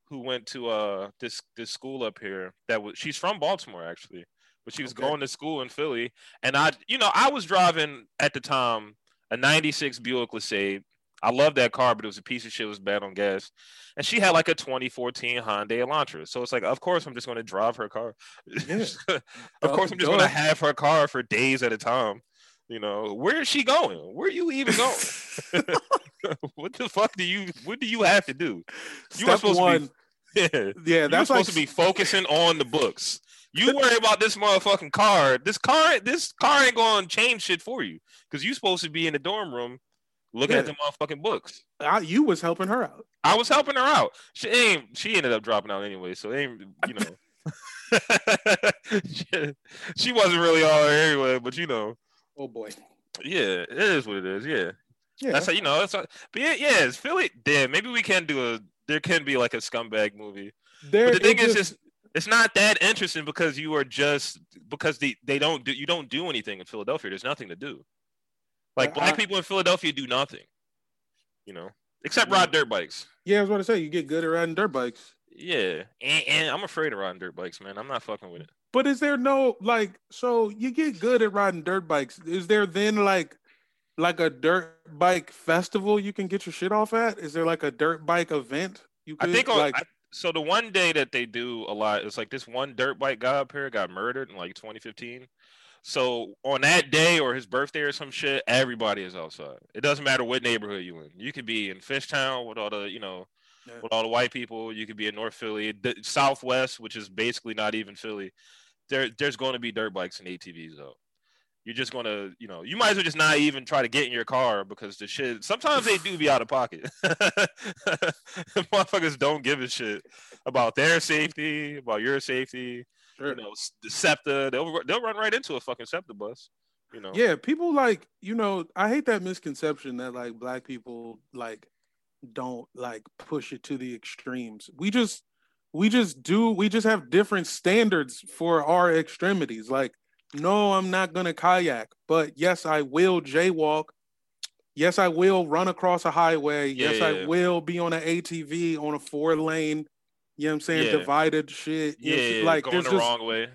B: who went to uh this this school up here that was she's from Baltimore actually, but she was
A: Okay.
B: going to school in Philly. And I, you know, I was driving at the time a '96 Buick Lucade. I loved that car, but it was a piece of shit. It was bad on gas, and she had like a 2014 Hyundai Elantra. So it's like, of course, I'm just going to drive her car.
A: Yeah.
B: Of
A: Duh,
B: course, I'm just
A: duh.
B: gonna have her car for days at a time. You know, where is she going? Where you even going? what the fuck do you? What do you have to do? You were
A: Step
B: supposed
A: one.
B: to be. Yeah,
A: yeah,
B: that's
A: that's like
B: supposed to be focusing on the books. You worry about this motherfucking car. This car, this car ain't gonna change shit for you because you supposed to be in the dorm room looking at
A: Yeah.
B: the motherfucking books.
A: I, you was helping her out.
B: I was helping her out. She ain't. She ended up dropping out anyway, so it ain't you know. she, she wasn't really all there anyway, but you know,
A: Oh boy.
B: yeah, it is what it is. Yeah,
A: Yeah.
B: that's how you know. That's how, but yeah, yeah, it's Philly. Damn, maybe we can do a. There can be like a scumbag movie.
A: There,
B: But the thing
A: it
B: is, just it's not that interesting because you are just because the they don't do you don't do anything in Philadelphia. There's nothing to do. Like
A: I-
B: black
A: I-
B: people in Philadelphia do nothing, you know, except
A: Yeah.
B: ride dirt bikes.
A: yeah, I was about to say you get good at riding dirt bikes.
B: Yeah, and, and I'm afraid of riding dirt bikes, man. I'm not fucking with it.
A: But is there no like so you get good at riding dirt bikes? Is there then like like a dirt bike festival you can get your shit off at? Is there like a dirt bike event you
B: I
A: could
B: think on,
A: like
B: I- so. The one day that they do a lot, it's like this one dirt bike guy up here got murdered in like 2015. So on that day or his birthday or some shit, everybody is outside. It doesn't matter what neighborhood you in. You could be in Fishtown with all the you know,
A: Yeah.
B: with all the white people. You could be in North Philly, the, Southwest, which is basically not even Philly. There, there's going to be dirt bikes and ATVs though. You're just gonna, you know, you might as well just not even try to get in your car because the shit. Sometimes they do be out of pocket. Motherfuckers don't give a shit about their safety, about your safety.
A: sure.
B: You know, s- the SEPTA, they'll they'll run right into a fucking SEPTA bus. You know,
A: Yeah, people like, you know, I hate that misconception that like black people like don't like push it to the extremes. We just we just do we just have different standards for our extremities. Like, no, I'm not going to kayak, but yes, I will jaywalk. Yes, I will run across a highway.
B: Yeah,
A: yes,
B: yeah,
A: I
B: yeah.
A: will be on an ATV on a four lane, you know what I'm saying,
B: Yeah.
A: divided shit. you know
B: yeah,
A: what I'm saying?
B: yeah,
A: like
B: going
A: there's
B: the
A: just
B: wrong way,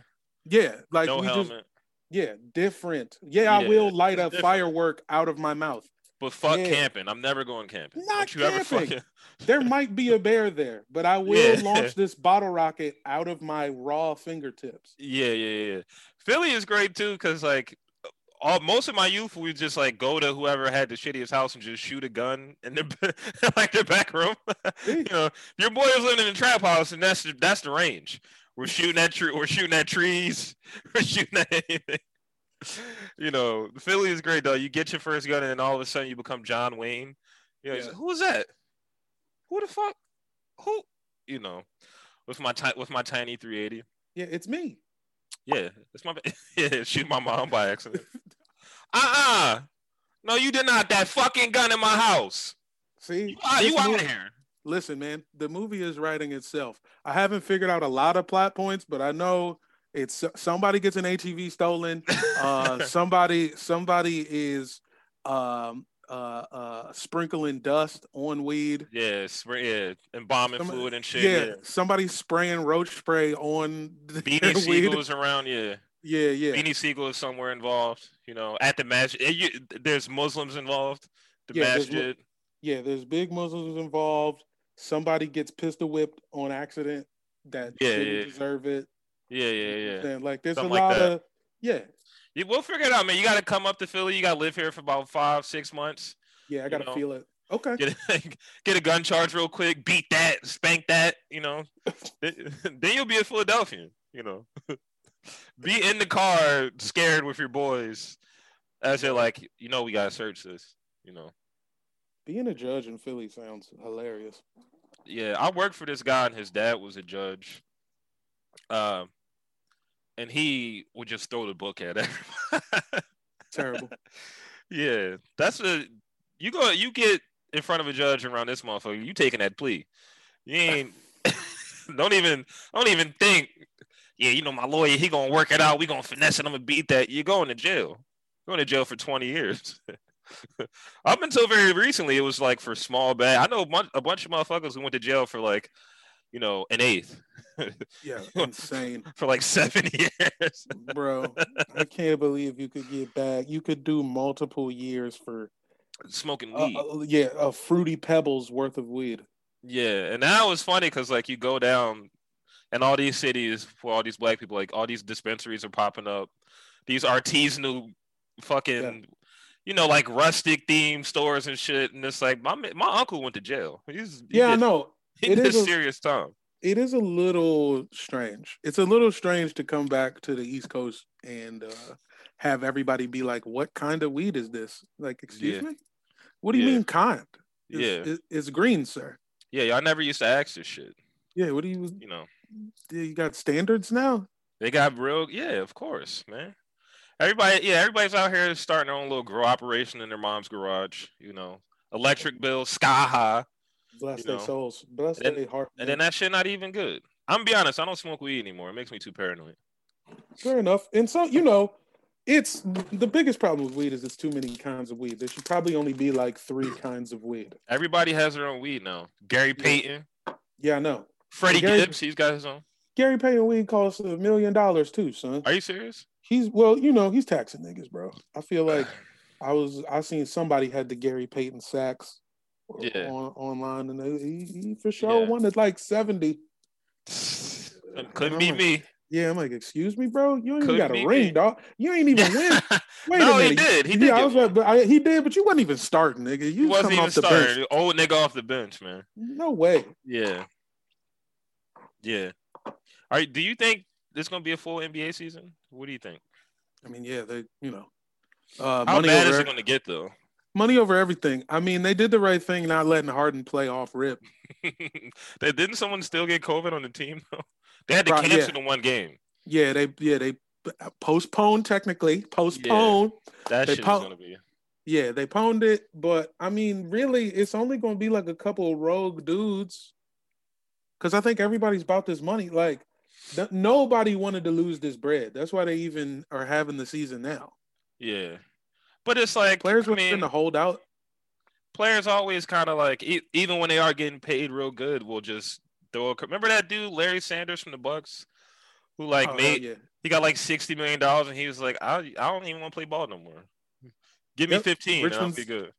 A: yeah, like
B: no
A: we
B: helmet.
A: just yeah, different. Yeah, I
B: Yeah,
A: will light
B: it's
A: a
B: different.
A: firework out of my mouth.
B: but fuck
A: Yeah.
B: camping. I'm never going camping.
A: Not
B: Don't you ever
A: camping.
B: fucking.
A: There might be a bear there, but I will
B: Yeah.
A: launch this bottle rocket out of my raw fingertips.
B: Yeah, yeah, yeah. Philly is great too, cause like all most of my youth, we just like go to whoever had the shittiest house and just shoot a gun in the like the back room.
A: Yeah.
B: you know, your boy was living in a trap house, and that's the, that's the range. We're shooting at tre- we're shooting at trees. We're shooting at anything. You know, Philly is great though. You get your first gun and then all of a sudden you become John Wayne. You know,
A: Yeah.
B: yeah. who is that? Who the fuck? Who? You know, with my ti- with my tiny 380.
A: Yeah, it's me.
B: Yeah, it's my yeah, shoot my mom by accident. Uh-uh. No, you did not. That fucking gun in my house.
A: See,
B: You out,
A: this
B: you out
A: movie-
B: here.
A: Listen, man, the movie is writing itself. I haven't figured out a lot of plot points, but I know it's somebody gets an ATV stolen. Uh, somebody, somebody is um, uh, uh, sprinkling dust on weed.
B: yeah, spray, yeah, embalming
A: Some-
B: fluid and shit.
A: Yeah,
B: Yeah.
A: somebody's spraying roach spray on their
B: Beanie
A: weed.
B: Siegel is around. Yeah.
A: Yeah, yeah,
B: Beanie Siegel is somewhere involved. You know, at the masjid. eh, you- There's Muslims involved. The
A: Yeah, there's mu-
B: masjid.
A: yeah. There's big Muslims involved. Somebody gets pistol whipped on accident that
B: Yeah,
A: didn't
B: yeah.
A: deserve it.
B: Yeah, yeah, yeah.
A: And, like, there's
B: Something
A: a
B: like
A: lot
B: that.
A: of yeah,
B: Yeah, We'll figure it out, man. You got to come up to Philly. You got to live here for about five, six months.
A: yeah. I gotta
B: know.
A: feel it. Okay.
B: get a, get a gun charge real quick, beat that, spank that, you know. then then you'll be a Philadelphian, you know. be in the car scared with your boys as they're like, you know, we gotta search this, you know.
A: Being a judge in Philly sounds hilarious.
B: Yeah, I worked for this guy and his dad was a judge. Um and he would just throw the book at everybody.
A: Terrible.
B: yeah. That's a you go you get in front of a judge around this motherfucker, you taking that plea. You ain't don't even don't even think. Yeah, you know my lawyer, he gonna work it out. We gonna finesse it. I'm gonna beat that. You're going to jail. You're going to jail for 20 years. Up until very recently, it was like for small bad. I know a bunch, a bunch of motherfuckers who went to jail for like, you know, an eighth
A: Yeah, insane,
B: for like seven years.
A: bro. I can't believe you could get back. You could do multiple years for
B: Smoking
A: uh,
B: weed.
A: uh, yeah, a fruity pebbles worth of weed.
B: Yeah, and now it's funny because like you go down, and all these cities for all these black people, like all these dispensaries are popping up, these artisanal, fucking, you know, like rustic themed stores and shit, and it's like my ma- my uncle went to jail. He's he
A: Yeah, I
B: did,
A: know.
B: he
A: It
B: did
A: is a-
B: serious time.
A: It is a little strange. It's a little strange to come back to the East Coast and uh, have everybody be like, "What kind of weed is this?" Like, excuse
B: Yeah.
A: me, what do you
B: Yeah.
A: mean kind? It's,
B: Yeah,
A: it- it's green, sir.
B: yeah, y'all never used to ask this shit.
A: Yeah, what do you?
B: You know,
A: You got standards now?
B: they got real. Yeah, of course, man. Everybody, yeah, everybody's out here starting their own little grow operation in their mom's garage. You know, electric bill sky high.
A: Bless
B: You
A: their
B: know?
A: souls. Bless
B: And-
A: their heart.
B: And
A: man.
B: then that shit not even good. I'm gonna be honest, I don't smoke weed anymore. It makes me too paranoid.
A: Fair enough. And so, you know, it's the biggest problem with weed is it's too many kinds of weed. There should probably only be like three kinds of weed.
B: Everybody has their own weed now. Gary
A: Yeah.
B: Payton,
A: Yeah, I know.
B: Freddie
A: Gary-
B: Gibbs, he's got his own.
A: Gary Payton weed costs a million dollars too, son.
B: Are you serious?
A: He's well, you know, he's taxing niggas, bro. I feel like I was I seen somebody had the Gary Payton sacks
B: Yeah.
A: on, online, and he, he for sure
B: Yeah.
A: wanted like seventy.
B: Couldn't be
A: Oh my
B: me.
A: Yeah, I'm like, excuse me, bro. You ain't
B: Could
A: even got
B: be
A: a
B: me.
A: ring, dog. You ain't even win. Wait
B: no,
A: a
B: he
A: minute.
B: did. He did.
A: yeah, I
B: get
A: was
B: one.
A: right, but I, he did, but you wasn't even starting, nigga.
B: he
A: You
B: wasn't
A: come
B: even
A: off the bench.
B: started. Old nigga off the bench, man.
A: No way.
B: Yeah. Yeah. All right. Do you think this gonna be a full NBA season? What do you think?
A: I mean, yeah, they, you know, uh,
B: How
A: money
B: bad is
A: over
B: it gonna get though?
A: money over everything. I mean, they did the right thing not letting Harden play off rip.
B: They- Didn't someone still get COVID on the team though? They had to
A: Right, yeah.
B: cancel the one game.
A: Yeah, they, yeah, they postponed technically, postponed.
B: That
A: They
B: shit
A: po-
B: is gonna be
A: Yeah. they pwned it, but I mean, really, it's only going to be like a couple of rogue dudes. Because I think everybody's about this money. Like, th- nobody wanted to lose this bread. That's why they even are having the season now.
B: Yeah, but it's like
A: Players
B: I
A: were
B: mean,
A: going to hold out.
B: players always kind of like e- even when they are getting paid real good, will just throw. A, remember that dude Larry Sanders from the Bucks, who like
A: Oh, hell
B: made
A: yeah.
B: he got like sixty million dollars, and he was like, I I don't even want to play ball no more. Give me
A: Yep,
B: fifteen, and I'll be
A: Richmond's-
B: good.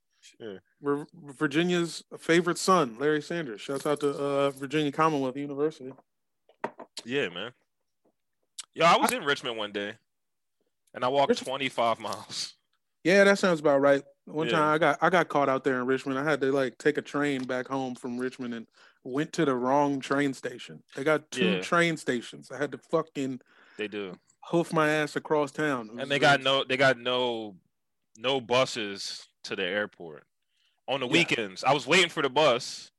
A: Vir- Virginia's favorite son, Larry Sanders. Shouts out to uh, Virginia Commonwealth University.
B: Yeah, man. Yo, I was in Richmond one day, and I walked
A: Richmond-
B: twenty five miles.
A: Yeah, that sounds about right. One
B: Yeah.
A: time I got I got caught out there in Richmond. I had to like take a train back home from Richmond and went to the wrong train station. They got two
B: Yeah.
A: train stations. I had to fucking
B: They do.
A: hoof my ass across town. It was
B: and they got
A: really-
B: no they got no no buses to the airport on the
A: Yeah.
B: weekends i was waiting for the bus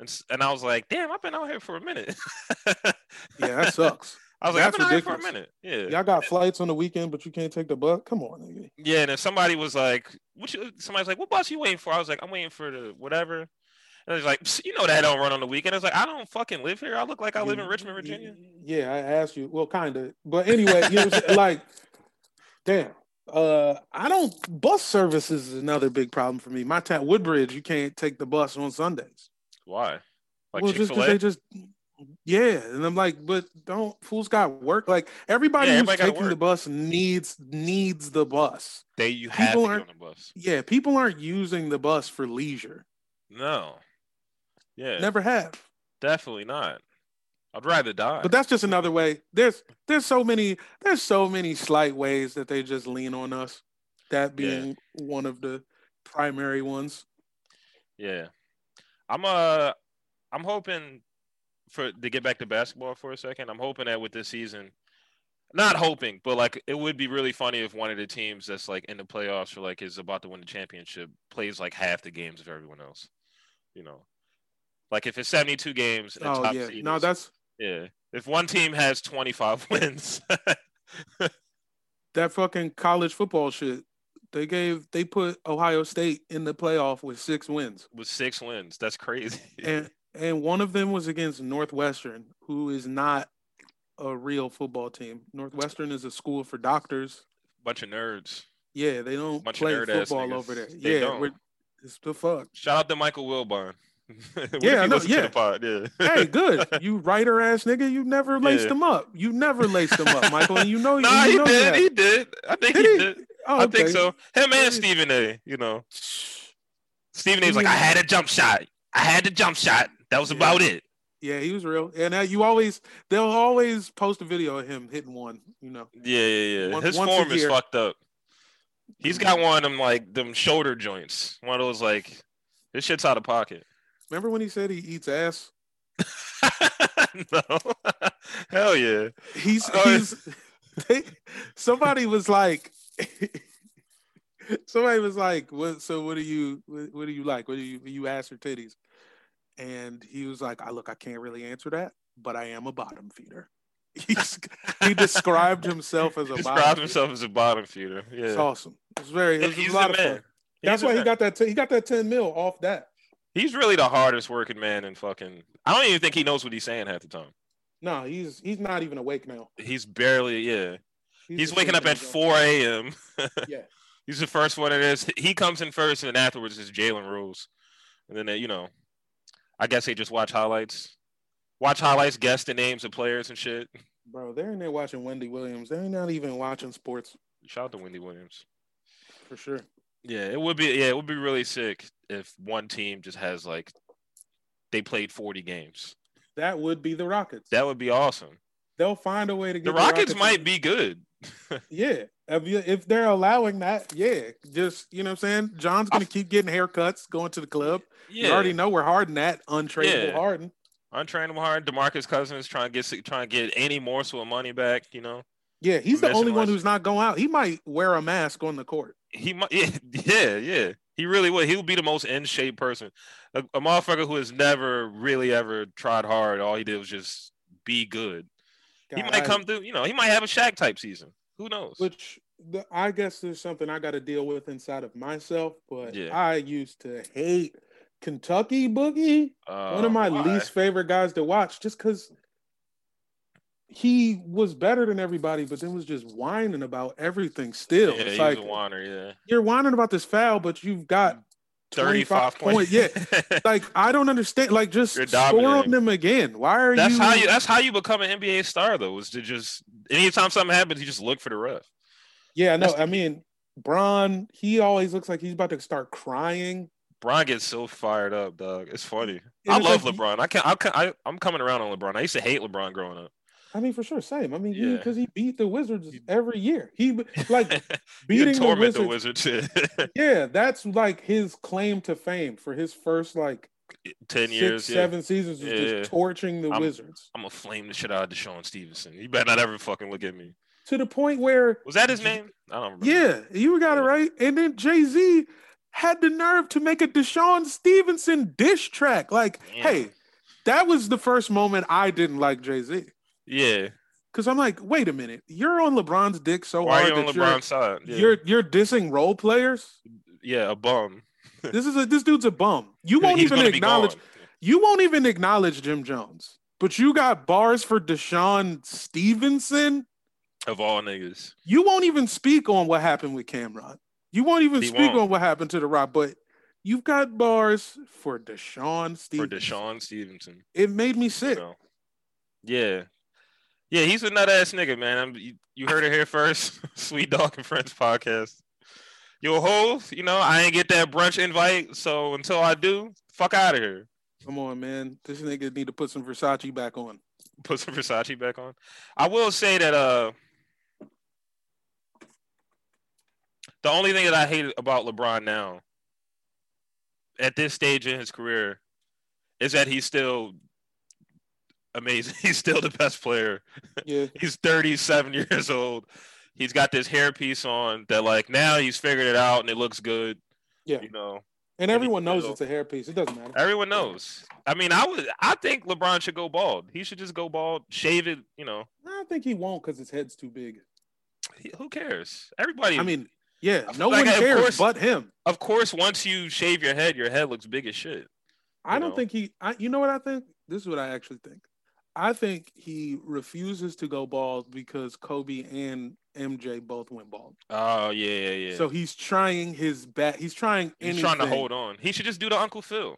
B: and, s- and i was like damn i've been out here for a minute
A: yeah, that sucks.
B: i was like i've
A: That's
B: been out here for a
A: ridiculous.
B: minute yeah yeah,
A: Y'all got flights on the weekend, but you can't take the bus. Come on, nigga.
B: and then somebody was like what you somebody's like what bus you waiting for i was like i'm waiting for the whatever and he's like "Psst, you know that don't run on the weekend i was like i don't fucking live here i look like i live in
A: You-
B: richmond
A: y-
B: virginia
A: Yeah, I asked you. Well, kind of. But anyway, you know, what I'm saying? like, damn. Uh, I don't. Bus service is another big problem for me. My town, Woodbridge, you can't take the bus on Sundays.
B: why like
A: well, just because
B: chick-fil-a
A: they just, yeah. And I'm like, but don't fools got work. Like everybody
B: Yeah,
A: who's
B: everybody gotta
A: taking the
B: work.
A: bus needs needs the bus.
B: they you have to
A: people
B: get on
A: aren't-
B: the bus
A: Yeah, people aren't using the bus for leisure.
B: no yeah
A: Never have.
B: Definitely not. I'd rather die.
A: But that's just another way. There's there's so many there's so many slight ways that they just lean on us. That
B: Yeah.
A: being one of the primary ones.
B: yeah, I'm uh, I'm hoping for to get back to basketball for a second. I'm hoping that with this season, not hoping, but like it would be really funny if one of the teams that's like in the playoffs or like is about to win the championship plays like half the games of everyone else. You know, like if it's 72 games. And the
A: Oh
B: top
A: yeah.
B: seed
A: No,
B: is-
A: that's
B: yeah. If one team has 25 wins,
A: that fucking college football shit. They gave they put Ohio State in the playoff with six wins.
B: with six wins, that's crazy.
A: And and one of them was against Northwestern, who is not a real football team. Northwestern is a school for doctors.
B: Bunch of nerds.
A: Yeah, they don't
B: Bunch of
A: play
B: nerd-ass
A: football
B: niggas.
A: over there.
B: They
A: yeah,
B: don't.
A: we're, it's the fuck.
B: Shout out to Michael Wilbon. What if
A: Yeah,
B: he
A: I know,
B: listened to
A: yeah.
B: the pod? Yeah.
A: hey, good. You writer ass nigga, you never laced
B: Yeah.
A: them up. You never laced them up, Michael. And you know,
B: nah,
A: you
B: he
A: know
B: did.
A: that.
B: He did. I think
A: Did
B: he,
A: he?
B: did.
A: Oh,
B: I think
A: okay.
B: so. Him
A: Yeah.
B: and Stephen A. You know, Stephen
A: He
B: A's like,
A: was-
B: I had a jump shot. I had the jump shot. That was
A: Yeah.
B: about it.
A: Yeah, he was real. And uh, you always, they'll always post a video of him hitting one. You know,
B: Yeah, yeah, yeah.
A: Once-
B: His
A: once a
B: form is
A: year. Mm.
B: fucked up. He's got one of them like them shoulder joints. One of those like, this shit's out of pocket.
A: remember when he said he eats ass?
B: no, hell yeah.
A: He's
B: Oh,
A: he's. They, somebody was like. Somebody was like, "What? So what do you? What, what do you like? What do you? You ass or titties?" And he was like, "I look, I can't really answer that, but I am a bottom feeder." He's he described himself as a
B: described
A: bottom.
B: himself as a bottom feeder. Yeah,
A: It's awesome. It's very. It's
B: He's
A: a
B: the
A: lot of
B: man.
A: fun. That's
B: He's the
A: why he
B: man.
A: got that. T- he got that ten mil off that.
B: He's really the hardest working man in fucking. I don't even think he knows what he's saying half the time.
A: No, he's he's not even awake now.
B: He's barely, yeah. He's,
A: just
B: waking up
A: sitting
B: at
A: there
B: 4 a.m.
A: going, Yeah,
B: He's the first one it is. He comes in first, and then afterwards is Jalen Rose. And then, they, you know, I guess they just watch highlights. Watch highlights, guess the names of players and shit.
A: bro, they're in there watching Wendy Williams. They're not even watching sports
B: Shout out to Wendy Williams.
A: for sure.
B: Yeah, it would be yeah, it would be really sick if one team just has like they played 40 games.
A: That would be the Rockets.
B: That would be awesome.
A: They'll find a way to get
B: The Rockets might be good.
A: Yeah, if, you- if they're allowing that, yeah. Just you know, what I'm saying John's gonna keep getting haircuts, going to the club.
B: Yeah.
A: You already know we're Harden at untradeable
B: Yeah.
A: Harden.
B: untrainable hard. Demarcus Cousins trying to get trying to get any morsel of money back. You know,
A: Yeah, he's the
B: Missing
A: only one
B: Westbrook.
A: who's not going out. He might wear a mask on the court.
B: he might. Yeah, yeah, yeah. He really would. He would be the most in shape person, a, a motherfucker who has never really ever tried hard. All he did was just be good. he
A: God,
B: might
A: I-
B: come through. You know, he might have a Shaq type season. Who knows?
A: which the, I guess there's something I got to deal with inside of myself. But
B: Yeah.
A: I used to hate Kentucky Boogie,
B: Uh,
A: one of my
B: why?
A: least favorite guys to watch, just because he was better than everybody, but then was just whining about everything.
B: Yeah,
A: Still,
B: he's
A: it's like
B: a whiner. Yeah,
A: you're whining about this foul, but you've got
B: Mm.
A: 25
B: thirty-five
A: points.
B: points.
A: Yeah. Like I don't understand. Like just
B: You're
A: score on
B: dominating.
A: them again. Why are
B: That's
A: you?
B: how you. That's how you become an NBA star, though. Is to just anytime something happens, you just look for the ref.
A: yeah, no.
B: that's the-
A: I mean, Bron. He always looks like he's about to start crying.
B: Bron gets so fired up, dog. It's funny.
A: And
B: I
A: it's
B: love
A: like, you-
B: LeBron. I can't. I can, I, I'm coming around on LeBron. I used to hate LeBron growing up.
A: I mean, for sure, same. I mean,
B: Yeah.
A: because he beat the Wizards every year. He like
B: You
A: beating the
B: torment
A: Wizards.
B: the Wizards.
A: Yeah, that's like his claim to fame for his first like
B: ten
A: Six,
B: years. yeah.
A: seven seasons was
B: Yeah.
A: just torturing the
B: I'm-
A: Wizards
B: I'm gonna flame the shit out of Deshaun Stevenson. You better not ever fucking look at me.
A: to the point where
B: Was that his name? I don't remember.
A: Yeah, you got it
B: Yeah.
A: right. And then Jay Z had the nerve to make a Deshaun Stevenson diss track. Like,
B: Yeah.
A: hey, that was the first moment I didn't like Jay Z.
B: Yeah.
A: Cause I'm like, wait a minute, you're on LeBron's dick so
B: Why are
A: hard
B: you on
A: that
B: LeBron's side? Yeah.
A: you're, you're you're dissing role players.
B: yeah, a bum.
A: This is a this dude's a bum. You won't
B: He's
A: even
B: gonna be
A: acknowledge
B: gone.
A: you won't even acknowledge Jim Jones, but you got bars for Deshaun Stevenson.
B: of all niggas.
A: You won't even speak on what happened with Cameron. You won't even
B: He
A: speak
B: won't.
A: on what happened to the Rock, but you've got bars for Deshaun
B: For
A: Stevenson.
B: Deshaun Stevenson.
A: It made me
B: you
A: sick.
B: know. Yeah. Yeah, he's a nut ass nigga, man. I'm, you, you heard it here first. Sweet Dog and Friends podcast. Yo, ho, you know, I ain't get that brunch invite. So until I do, fuck out of here.
A: Come on, man. This nigga need to put some Versace back on.
B: Put some Versace back on. I will say that uh the only thing that I hate about LeBron now at this stage in his career is that he's still amazing. He's still the best player
A: Yeah.
B: he's 37 years old. He's got this hairpiece on that, like, now he's figured it out and it looks good.
A: Yeah.
B: You know,
A: And
B: he
A: everyone knows
B: still-
A: it's a hairpiece. It doesn't matter.
B: everyone knows. I mean, I would, I think LeBron should go bald. He should just go bald, shave it. You know,
A: I don't think he won't because his head's too big.
B: He- who cares? Everybody.
A: I mean, yeah,
B: I feel
A: no
B: like
A: one
B: I- of
A: cares
B: course-
A: but him.
B: of course, once you shave your head, your head looks big as shit.
A: I
B: you
A: don't
B: know.
A: think he. I, you know what I think? This is what I actually think. I think he refuses to go bald because Kobe and MJ both went bald.
B: Oh yeah, yeah, yeah.
A: So he's trying his back. He's trying.
B: he's
A: anything.
B: trying to hold on. He should just do the Uncle Phil.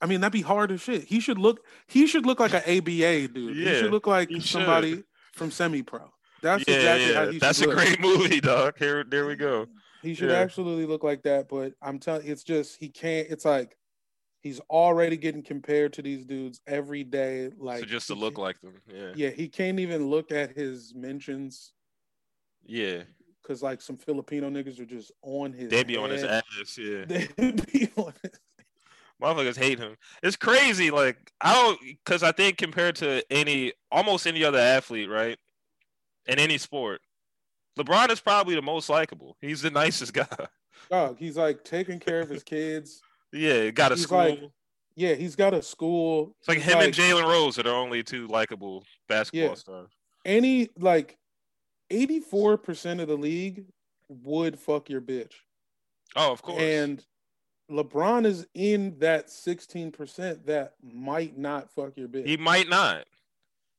A: I mean, that'd be hard as shit. He should look. He should look like an ABA dude. He
B: Yeah,
A: should look like
B: he should.
A: somebody from semi pro. That's
B: yeah,
A: exactly
B: yeah.
A: how he
B: That's
A: should
B: a
A: look.
B: great movie, dog. Here, there we go.
A: He should
B: yeah.
A: absolutely look like that. But I'm telling, it's just he can't. It's like he's already getting compared to these dudes every day. Like
B: so just to
A: he
B: look
A: can't-
B: like them. Yeah,
A: Yeah, he can't even look at his mentions
B: yeah.
A: because like some Filipino niggas are just on his.
B: They be on his
A: head.
B: ass. Yeah.
A: They be on his-
B: motherfuckers hate him. It's crazy. Like I don't, because I think compared to any, almost any other athlete, right, in any sport, LeBron is probably the most likable. He's the nicest guy.
A: Dog, he's like taking care of his kids.
B: yeah, got a
A: He's
B: school.
A: like- Yeah, he's got a school.
B: it's like
A: He's
B: him and Jalen Rose are the only two likable basketball
A: Yeah.
B: stars.
A: any like 84% of the league would fuck your bitch.
B: Oh, of course.
A: And LeBron is in that 16% that might not fuck your bitch.
B: he
A: He,
B: might not.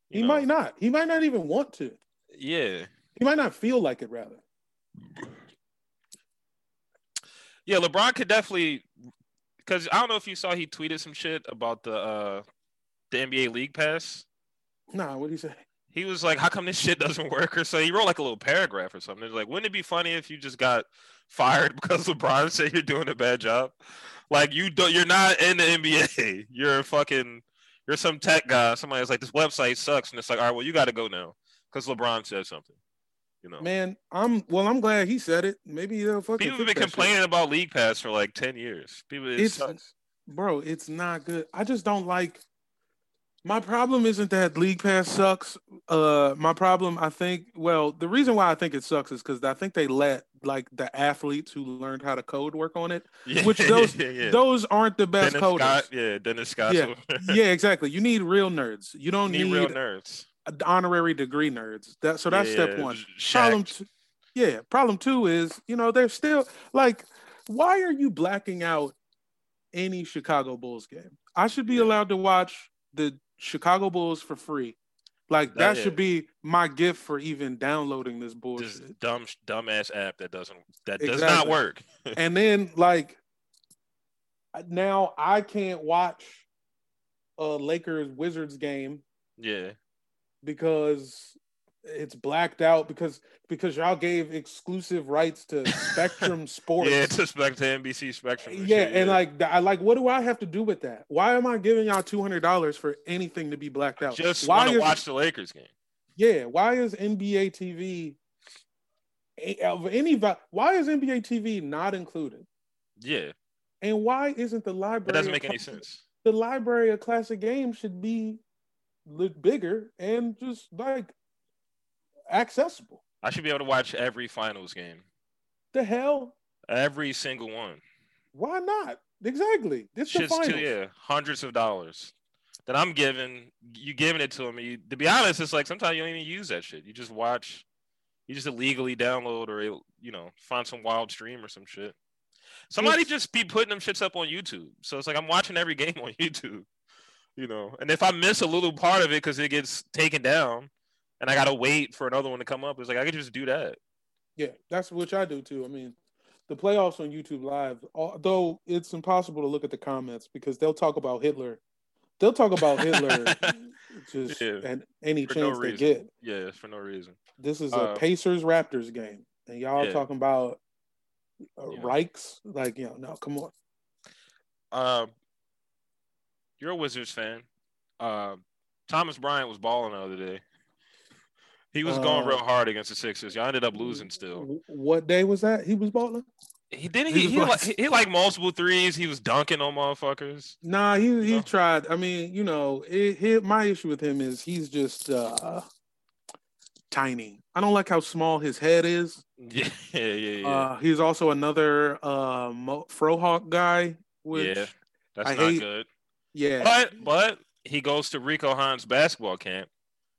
B: you know.
A: might not. He might not even want to.
B: Yeah.
A: He might not feel like it rather.
B: Yeah, LeBron could definitely because I don't know if you saw he tweeted some shit about the uh the NBA League Pass.
A: Nah, what do you say?
B: he was like, "How come this shit doesn't work?" Or so he wrote like a little paragraph or something. It's Like, wouldn't it be funny if you just got fired because LeBron said you're doing a bad job? Like, you don't, you're not in the NBA. You're a fucking, you're some tech guy. Somebody's like, "This website sucks," and it's like, "All right, well, you got to go now because LeBron said something." You know,
A: Man, I'm well, I'm glad he said it. Maybe they'll fucking
B: people have been
A: fix that shit.
B: complaining about League Pass for like ten years. People, it
A: It's-
B: sucks.
A: Bro, it's not good. I just don't like my problem isn't that League Pass sucks. Uh my problem I think well, the reason why I think it sucks is cuz I think they let like the athletes who learned how to code work on it.
B: Yeah,
A: which those-
B: yeah, yeah.
A: Those aren't the best
B: Dennis
A: coders.
B: Scott, yeah, Dennis Scott.
A: Yeah. yeah, exactly. You need real nerds. You don't
B: need
A: need,
B: real nerds.
A: honorary degree nerds. That so that's step
B: Yeah,
A: 1.
B: Shaq.
A: Problem two, yeah, problem 2 is, you know, they're still like why are you blacking out any Chicago Bulls game? I should be
B: Yeah.
A: allowed to watch the Chicago Bulls for free. Like
B: That-
A: that should be my gift for even downloading this
B: this
A: bullshit.
B: dumb dumbass app that doesn't that does not
A: Exactly.
B: work.
A: and then like now I can't watch a Lakers Wizards game
B: Yeah,
A: because it's blacked out because because y'all gave exclusive rights to Spectrum Sports.
B: yeah, it's just back to NBC Spectrum.
A: yeah, and like I like what do I have to do with that? Why am I giving y'all two hundred dollars for anything to be blacked out?
B: just
A: why
B: want
A: is
B: to watch the Lakers game.
A: yeah? Why is NBA TV a- of any va- why is NBA TV not included?
B: Yeah,
A: And why isn't the library?
B: That doesn't make
A: of
B: any
A: classic-
B: sense.
A: The library of classic games should be li- bigger and just like accessible.
B: I should be able to watch every finals game,
A: The hell?
B: every single one.
A: Why not? Exactly. This the
B: Shit's
A: finals.
B: too, yeah, hundreds of dollars that I'm giving. You giving it to me. To be honest, it's like sometimes you don't even use that shit. You just watch. You just illegally download or you know find some wild stream or some shit. Somebody
A: It's-
B: just be putting them shits up on YouTube. So it's like I'm watching every game on YouTube. You know, and if I miss a little part of it because it gets taken down, and I gotta wait for another one to come up, it's like I could just do that.
A: Yeah, that's which I do too. I mean, the playoffs on YouTube Live, although it's impossible to look at the comments because they'll talk about Hitler. They'll talk about Hitler just
B: Yeah.
A: and any
B: For no
A: chance they
B: reason.
A: get.
B: Yeah, for no reason.
A: This is a
B: Uh,
A: Pacers Raptors game, and y'all
B: yeah.
A: talking about uh,
B: Yeah.
A: Reichs. Like, you know, no, come on.
B: Um, you're a Wizards fan. Um, Thomas Bryant was balling the other day. He was going
A: Uh,
B: real hard against the Sixers. Y'all ended up losing still.
A: W- What day was that? He was balling.
B: He didn't. He
A: He was
B: he, like,
A: lost.
B: he, he like multiple threes. He was dunking on motherfuckers.
A: Nah, he he
B: No.
A: tried. I mean, you know, it, he- my issue with him is he's just uh tiny. I don't like how small his head is.
B: Yeah, yeah, yeah. yeah.
A: Uh, he's also another uh, Mo- Frohawk guy, which
B: Yeah.
A: yeah,
B: That's
A: I
B: not
A: hate-
B: good.
A: yeah,
B: But but he goes to Rico Hines basketball camp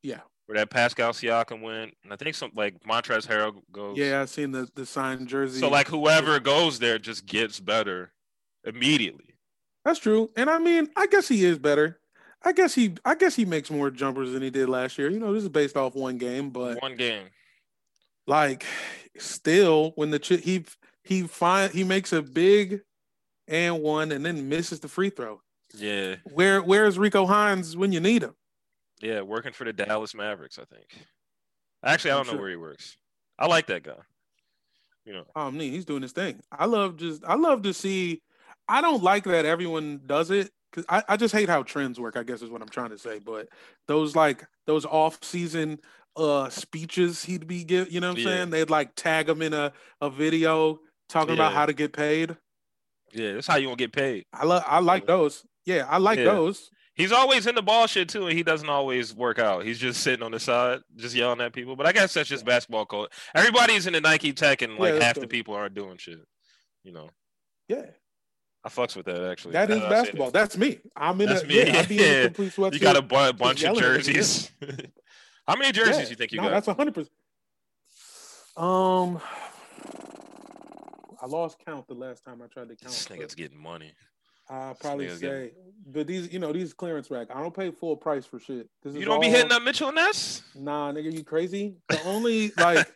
A: yeah,
B: where that Pascal Siakam went, and I think some like Montrezl Harrell goes.
A: I've seen the the signed jersey.
B: So like whoever goes there just gets better immediately.
A: that's true, and I mean, I guess he is better. I guess he, I guess he makes more jumpers than he did last year. You know, this is based off one game, but
B: One game.
A: like, still, when the ch- he he find he makes a big and one, and then misses the free throw.
B: Yeah.
A: Where where is Rico Hines when you need him?
B: Yeah, working for the Dallas Mavericks, I think. Actually, I
A: I'm
B: don't know
A: sure-
B: where he works. I like that guy. You know,
A: Oh man, he's doing his thing. I love just I love to see. I don't like that everyone does it because I, I just hate how trends work. I guess is what I'm trying to say. But those like those off season uh speeches he'd be give you know what I'm
B: Yeah.
A: saying? They'd like tag him in a a video talking about
B: Yeah.
A: how to get paid.
B: yeah, that's how you gonna get paid.
A: I love I like those. Yeah, I like
B: Yeah.
A: those.
B: He's always in the ball shit too, and he doesn't always work out. He's just sitting on the side, just yelling at people. But I guess that's just basketball coach. Everybody's in the Nike Tech, and like
A: Yeah,
B: half the
A: that's-
B: people aren't doing shit. You know,
A: Yeah,
B: I fucks with that actually.
A: that
B: Now
A: is
B: I say
A: basketball. That's me. I'm in
B: That's
A: a
B: me,
A: yeah, I'd be in
B: yeah.
A: a complete sweatsuit.
B: You got a bu- bunch of
A: yelling at people.
B: jerseys. how many jerseys
A: Yeah.
B: you think you
A: no,
B: got?
A: That's hundred percent. Um, I lost count the last time I tried to
B: This
A: count.
B: nigga's getting money.
A: I
B: this
A: probably
B: nigga's
A: say,
B: getting-
A: but these, you know, these clearance rack. I don't pay full price for shit. This is
B: You don't be
A: all-
B: hitting up Mitchell Ness.
A: Nah, nigga, you crazy? The only like.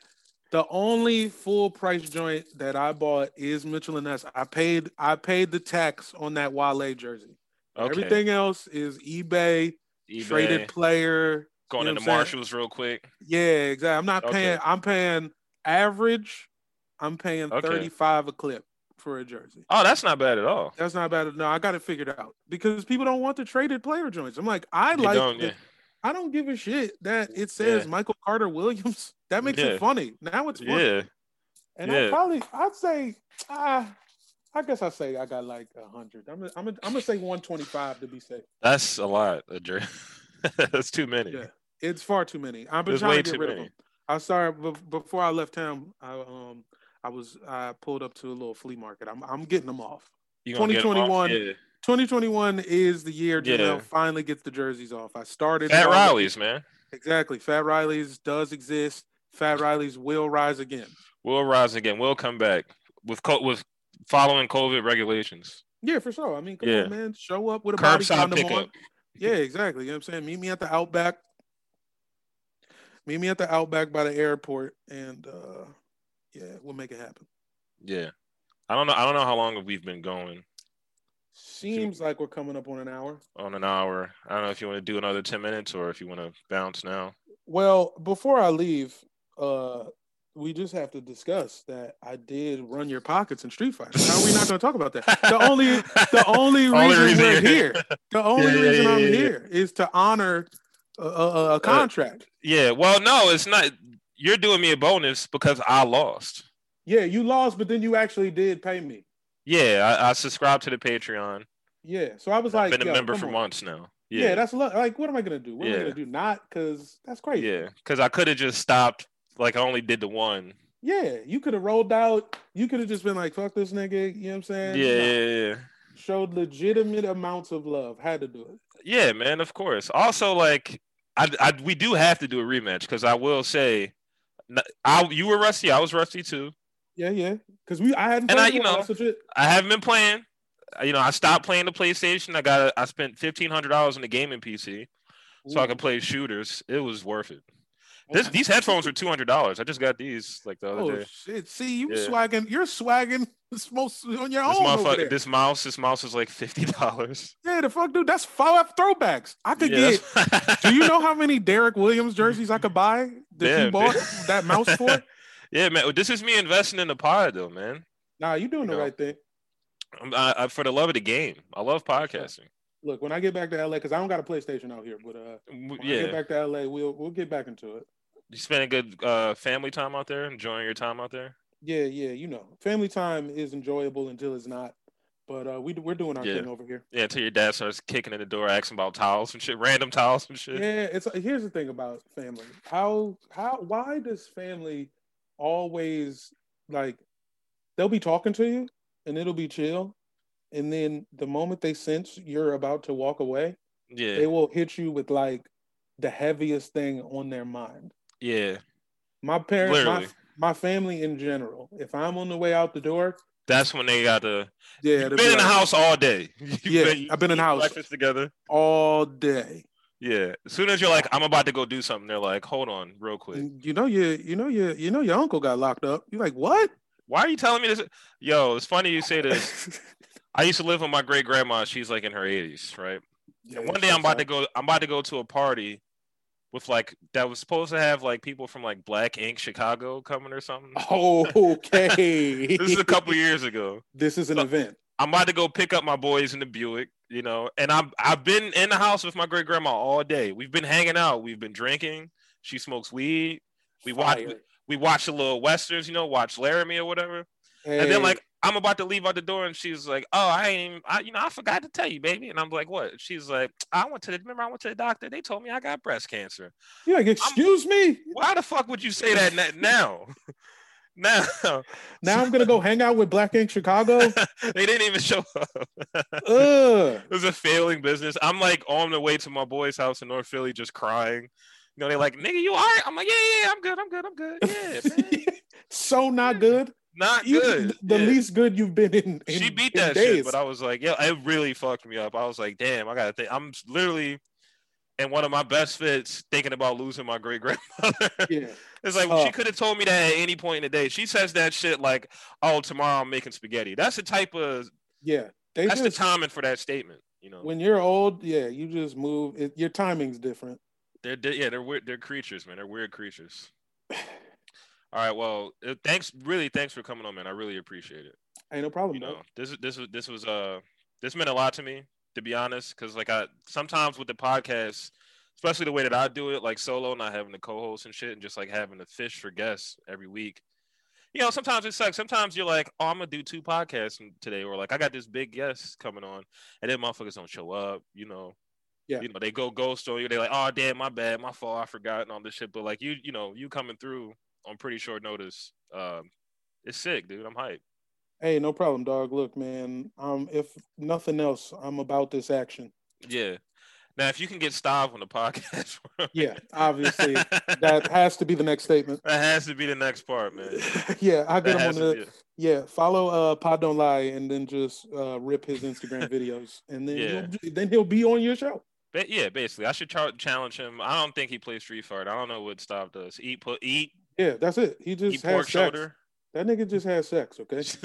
A: The only full price joint that I bought is Mitchell and Ness. I paid I paid the tax on that Wale jersey.
B: Okay.
A: Everything else is eBay,
B: eBay.
A: traded player,
B: going
A: You know
B: into
A: what I'm
B: Marshalls real quick.
A: Yeah, exactly. I'm not
B: Okay.
A: paying. I'm paying average. I'm paying
B: Okay.
A: 35 a clip for a jersey.
B: Oh, that's not bad at all.
A: That's not bad. No, I got it figured out because people don't want the traded player joints. I'm like,
B: You
A: I like.
B: don't,
A: the-
B: yeah.
A: I don't give a shit that it says
B: Yeah.
A: Michael Carter Williams. That makes
B: Yeah.
A: it funny. Now it's funny.
B: Yeah.
A: And
B: yeah.
A: I probably, I'd say, uh, I guess I say I got like a hundred. I'm, gonna- I'm, gonna- I'm gonna say 125 to be safe.
B: That's a lot. a jer- that's too many.
A: Yeah. It's far too many. I've been
B: There's
A: trying
B: way
A: to get
B: too
A: rid of
B: many.
A: them. I started bef- before I left town. I um I was I pulled up to a little flea market. I'm I'm getting them off.
B: You gonna get
A: 2021.
B: them off?
A: 2021 is the year Janelle
B: Yeah.
A: finally gets the jerseys off. I started
B: Yeah. Fat
A: it all-
B: Riley's, man.
A: Exactly. Fat Riley's does exist. Fat Riley's will rise again.
B: We'll rise again. We'll come back with co- with following COVID regulations.
A: Yeah, for sure. I mean, come
B: Yeah.
A: on, man. Show up with a body
B: Curbside
A: condom on.
B: pickup.
A: Yeah, exactly. You know what I'm saying? Meet me at the Outback. Meet me at the Outback by the airport and uh yeah, we'll make it happen.
B: Yeah. I don't know. I don't know how long we've been going
A: Seems like we're coming up on an hour.
B: on an hour. I don't know if you want to do another ten minutes or if you want to bounce now.
A: Well, before I leave, uh, we just have to discuss that I did run your pockets in Street Fighter. How are we not going to talk about that? The only, the only reason, we're here, the only
B: Yeah, yeah,
A: reason
B: yeah,
A: I'm
B: yeah, Uh, yeah.
A: here is to honor a, a, a contract.
B: Yeah. Well, no, it's not. You're doing me a bonus because I lost.
A: yeah, you lost, but then you actually did pay me.
B: Yeah, I, I subscribed to the Patreon.
A: Yeah. So I was
B: I've
A: like,
B: been a
A: yo,
B: member
A: come
B: for
A: on.
B: months now.
A: Yeah.
B: Yeah,
A: that's lo- like, what am I gonna do? What am I
B: Yeah.
A: gonna do? Not because that's crazy.
B: yeah, because I could have just stopped. Like I only did the one.
A: Yeah, you could have rolled out. You could have just been like, "Fuck this nigga," you know what I'm saying?
B: yeah,
A: No.
B: yeah, yeah.
A: Showed legitimate amounts of love. Had to do it.
B: Yeah, man, of course. Also, like, I, I we do have to do a rematch because I will say, n- I you were rusty, I was rusty too.
A: Yeah, yeah. Because we, I hadn't.
B: And I-
A: played
B: you
A: one,
B: know-
A: that's legit.
B: I haven't been playing. Uh, You know, I stopped playing the PlayStation. I got I spent fifteen hundred dollars on the gaming PC so I could play shooters. It was worth it. This these headphones were two hundred dollars. I just got these like the other
A: Oh
B: day.
A: shit! See, you
B: Yeah.
A: swagging. You're swagging this most on your
B: This
A: own. Over
B: motherfucker,
A: there.
B: this mouse, this mouse is like fifty dollars.
A: yeah, the fuck, dude. That's five throwbacks. I could get. Do you know how many Derek Williams jerseys I could buy that you
B: Damn,
A: bought
B: dude.
A: that mouse for?
B: yeah, man. This is me investing in the pod though, man.
A: Nah, you doing
B: You
A: the
B: know.
A: right thing.
B: I'm, I, I, for the love of the game, I love podcasting.
A: Look, when I get back to LA, because I don't got a PlayStation out here, but uh,
B: W-
A: when I
B: Yeah,
A: get back to LA, we'll we'll get back into it.
B: you spending good uh, family time out there, enjoying your time out there.
A: Yeah, yeah, you know, family time is enjoyable until it's not. But uh, we we're doing our
B: Yeah.
A: thing over here.
B: Yeah, until your dad starts kicking in the door, asking about towels and shit, random towels and shit.
A: Yeah, it's here's the thing about family. How how why does family always like they'll be talking to you and it'll be chill, and then the moment they sense you're about to walk away,
B: Yeah,
A: they will hit you with like the heaviest thing on their mind.
B: yeah,
A: My parents, my,
B: literally.
A: my family in general. If I'm on the way out the door,
B: That's when they got the.
A: yeah,
B: You've
A: they'll
B: been
A: be
B: in the
A: like,
B: house all day. You've
A: Yeah, I've been in the
B: eating
A: house.
B: Breakfast together.
A: all day.
B: Yeah. As soon as you're like, I'm about to go do something, they're like, hold on, real quick.
A: And You know your, you know your, you know your uncle got locked up. You're like, what?
B: Why are you telling me this? Yo, it's funny you say this. I used to live with my great grandma. She's like in her 80s, right?
A: Yeah,
B: one day I'm about to go. I'm about to go to a party with like that was supposed to have like people from like Black Ink Chicago coming or something.
A: Oh, Okay.
B: This is a couple years ago.
A: This is an event.
B: I'm about to go pick up my boys in the Buick, you know, and I'm I've been in the house with my great grandma all day. We've been hanging out. We've been drinking. She smokes weed. We watch
A: Fire.
B: we watch the little westerns, you know, watch Laramie or whatever. And
A: Hey,
B: then like I'm about to leave out the door, and she's like, "Oh, I ain't, I, you know, I forgot to tell you, baby." And I'm like, "What?" She's like, "I went to the remember I went to the doctor. They told me I got breast cancer.
A: you're like, excuse me.
B: Why the fuck would you say that na- now? now
A: Now I'm gonna go hang out with Black Ink Chicago.
B: they didn't even show up.
A: Ugh.
B: It was a failing business. I'm like on the way to my boy's house in North Philly, just crying. You know, they're like, "Nigga, you all right?" I'm like, "Yeah, yeah, I'm good, I'm good, I'm good. Yeah, man.
A: so not good.
B: not
A: You-
B: good.
A: The
B: yeah.
A: least good you've been in. in
B: she beat
A: in
B: that
A: days.
B: shit, but I was like, yeah, it really fucked me up. I was like, damn, I gotta think. I'm literally in one of my best fits thinking about losing my great grandmother.
A: yeah.
B: it's like
A: Oh.
B: she could have told me that at any point in the day. She says that shit like, oh, tomorrow I'm making spaghetti. That's the type of
A: Yeah. They
B: that's the
A: just,
B: timing for that statement. You know,
A: when you're old, yeah, you just move. It, your timing's different.
B: they're, they yeah, they're weird. They're creatures, man. They're weird creatures. All right, well, uh, thanks, really, thanks for coming on, man. I really appreciate it.
A: Ain't no problem.
B: you
A: bro.
B: know this is this was this was uh this meant a lot to me to be honest because like i sometimes with the podcast especially the way that i do it like solo not having the co-host and shit and just like having to fish for guests every week you know sometimes it sucks sometimes you're like oh i'm gonna do two podcasts today or like i got this big guest coming on and then motherfuckers don't show up you know
A: Yeah.
B: you know they go ghost on you they're like oh damn my bad my fault i forgot and all this shit but like you you know you coming through on pretty short notice um it's sick dude i'm hyped
A: Hey, no problem, dog. Look, man. Um, if nothing else, I'm about this action.
B: Yeah. Now, if you can get Stav on the podcast,
A: Yeah, obviously.
B: that
A: that has to be the next statement.
B: has to be the next part, man.
A: yeah, I
B: That
A: get him on
B: has to
A: the
B: be it.
A: yeah. Follow uh Pod Don't Lie and then just uh rip his Instagram videos and then
B: Yeah.
A: you'll, then he'll be on your show.
B: But yeah, basically, I should char- challenge him. I don't think he plays Street Fighter. I don't know what Stav does. Eat, put, eat,
A: Yeah, that's it. He just
B: eat
A: has
B: pork
A: sex.
B: shoulder.
A: That nigga just has sex. Okay,
B: gets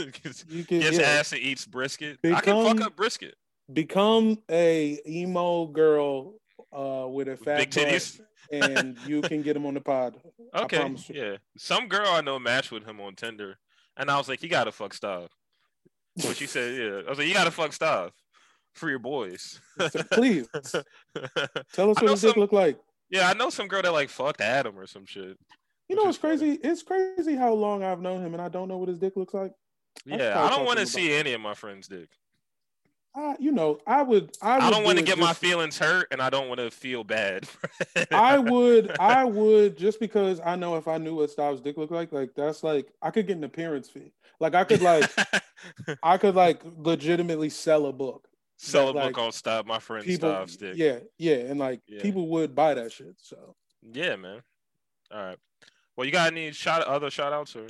A: you can
B: gets
A: yeah. um,
B: ass and eats brisket. I can
A: Become-
B: fuck up brisket.
A: become a emo girl uh with a fat
B: Big
A: butt,
B: titties.
A: and you can get him on the pod. I
B: Okay.
A: promise you.
B: Yeah. Some girl I know matched with him on Tinder, and I was like, you gotta fuck Stav. But she said, yeah. I was like, you gotta fuck Stav for your boys.
A: So please tell us
B: I
A: what
B: know
A: his dick
B: some-
A: look like.
B: Yeah, I know some girl that like fucked Adam or some shit.
A: You know
B: which
A: what's
B: is funny.
A: crazy? It's crazy how long I've known him and I don't know what his dick looks like. That's
B: Yeah,
A: probably
B: I don't want to
A: talking
B: see any of my friends dick.
A: I, you know, I would. I,
B: I
A: would
B: don't want to
A: it
B: get my
A: just-
B: feelings hurt, and I don't want to feel bad.
A: I would. I would just because I know if I knew what Styles' dick looked like, like that's like I could get an appearance fee. Like I could like I could like legitimately sell a book.
B: sell a
A: that,
B: book
A: like,
B: on stop my friend
A: People,
B: Stav's dick.
A: yeah, yeah, and like
B: Yeah.
A: people would buy that shit. So,
B: Yeah, man. All right. Well, you got any shout other shout outs or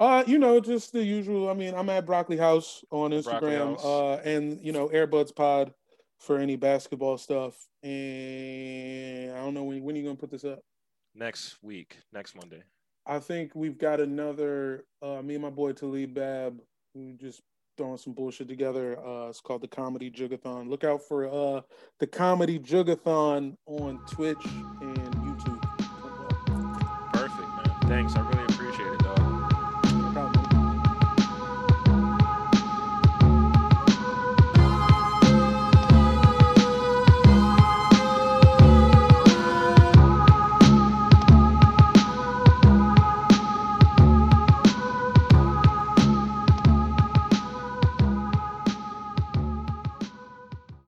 A: uh, you know, just the usual. I mean, I'm at Broccoli House on
B: Broccoli
A: Instagram,
B: House.
A: uh, and you know, Airbuds Pod for any basketball stuff. And I don't know when when are you gonna put this up.
B: next week, next Monday?
A: I think we've got another uh, me and my boy Talib Bab who just throwing some bullshit together. Uh, it's called the Comedy Jugathon. Look out for uh, the Comedy Jugathon on Twitch and YouTube.
B: Perfect, man. Thanks. I really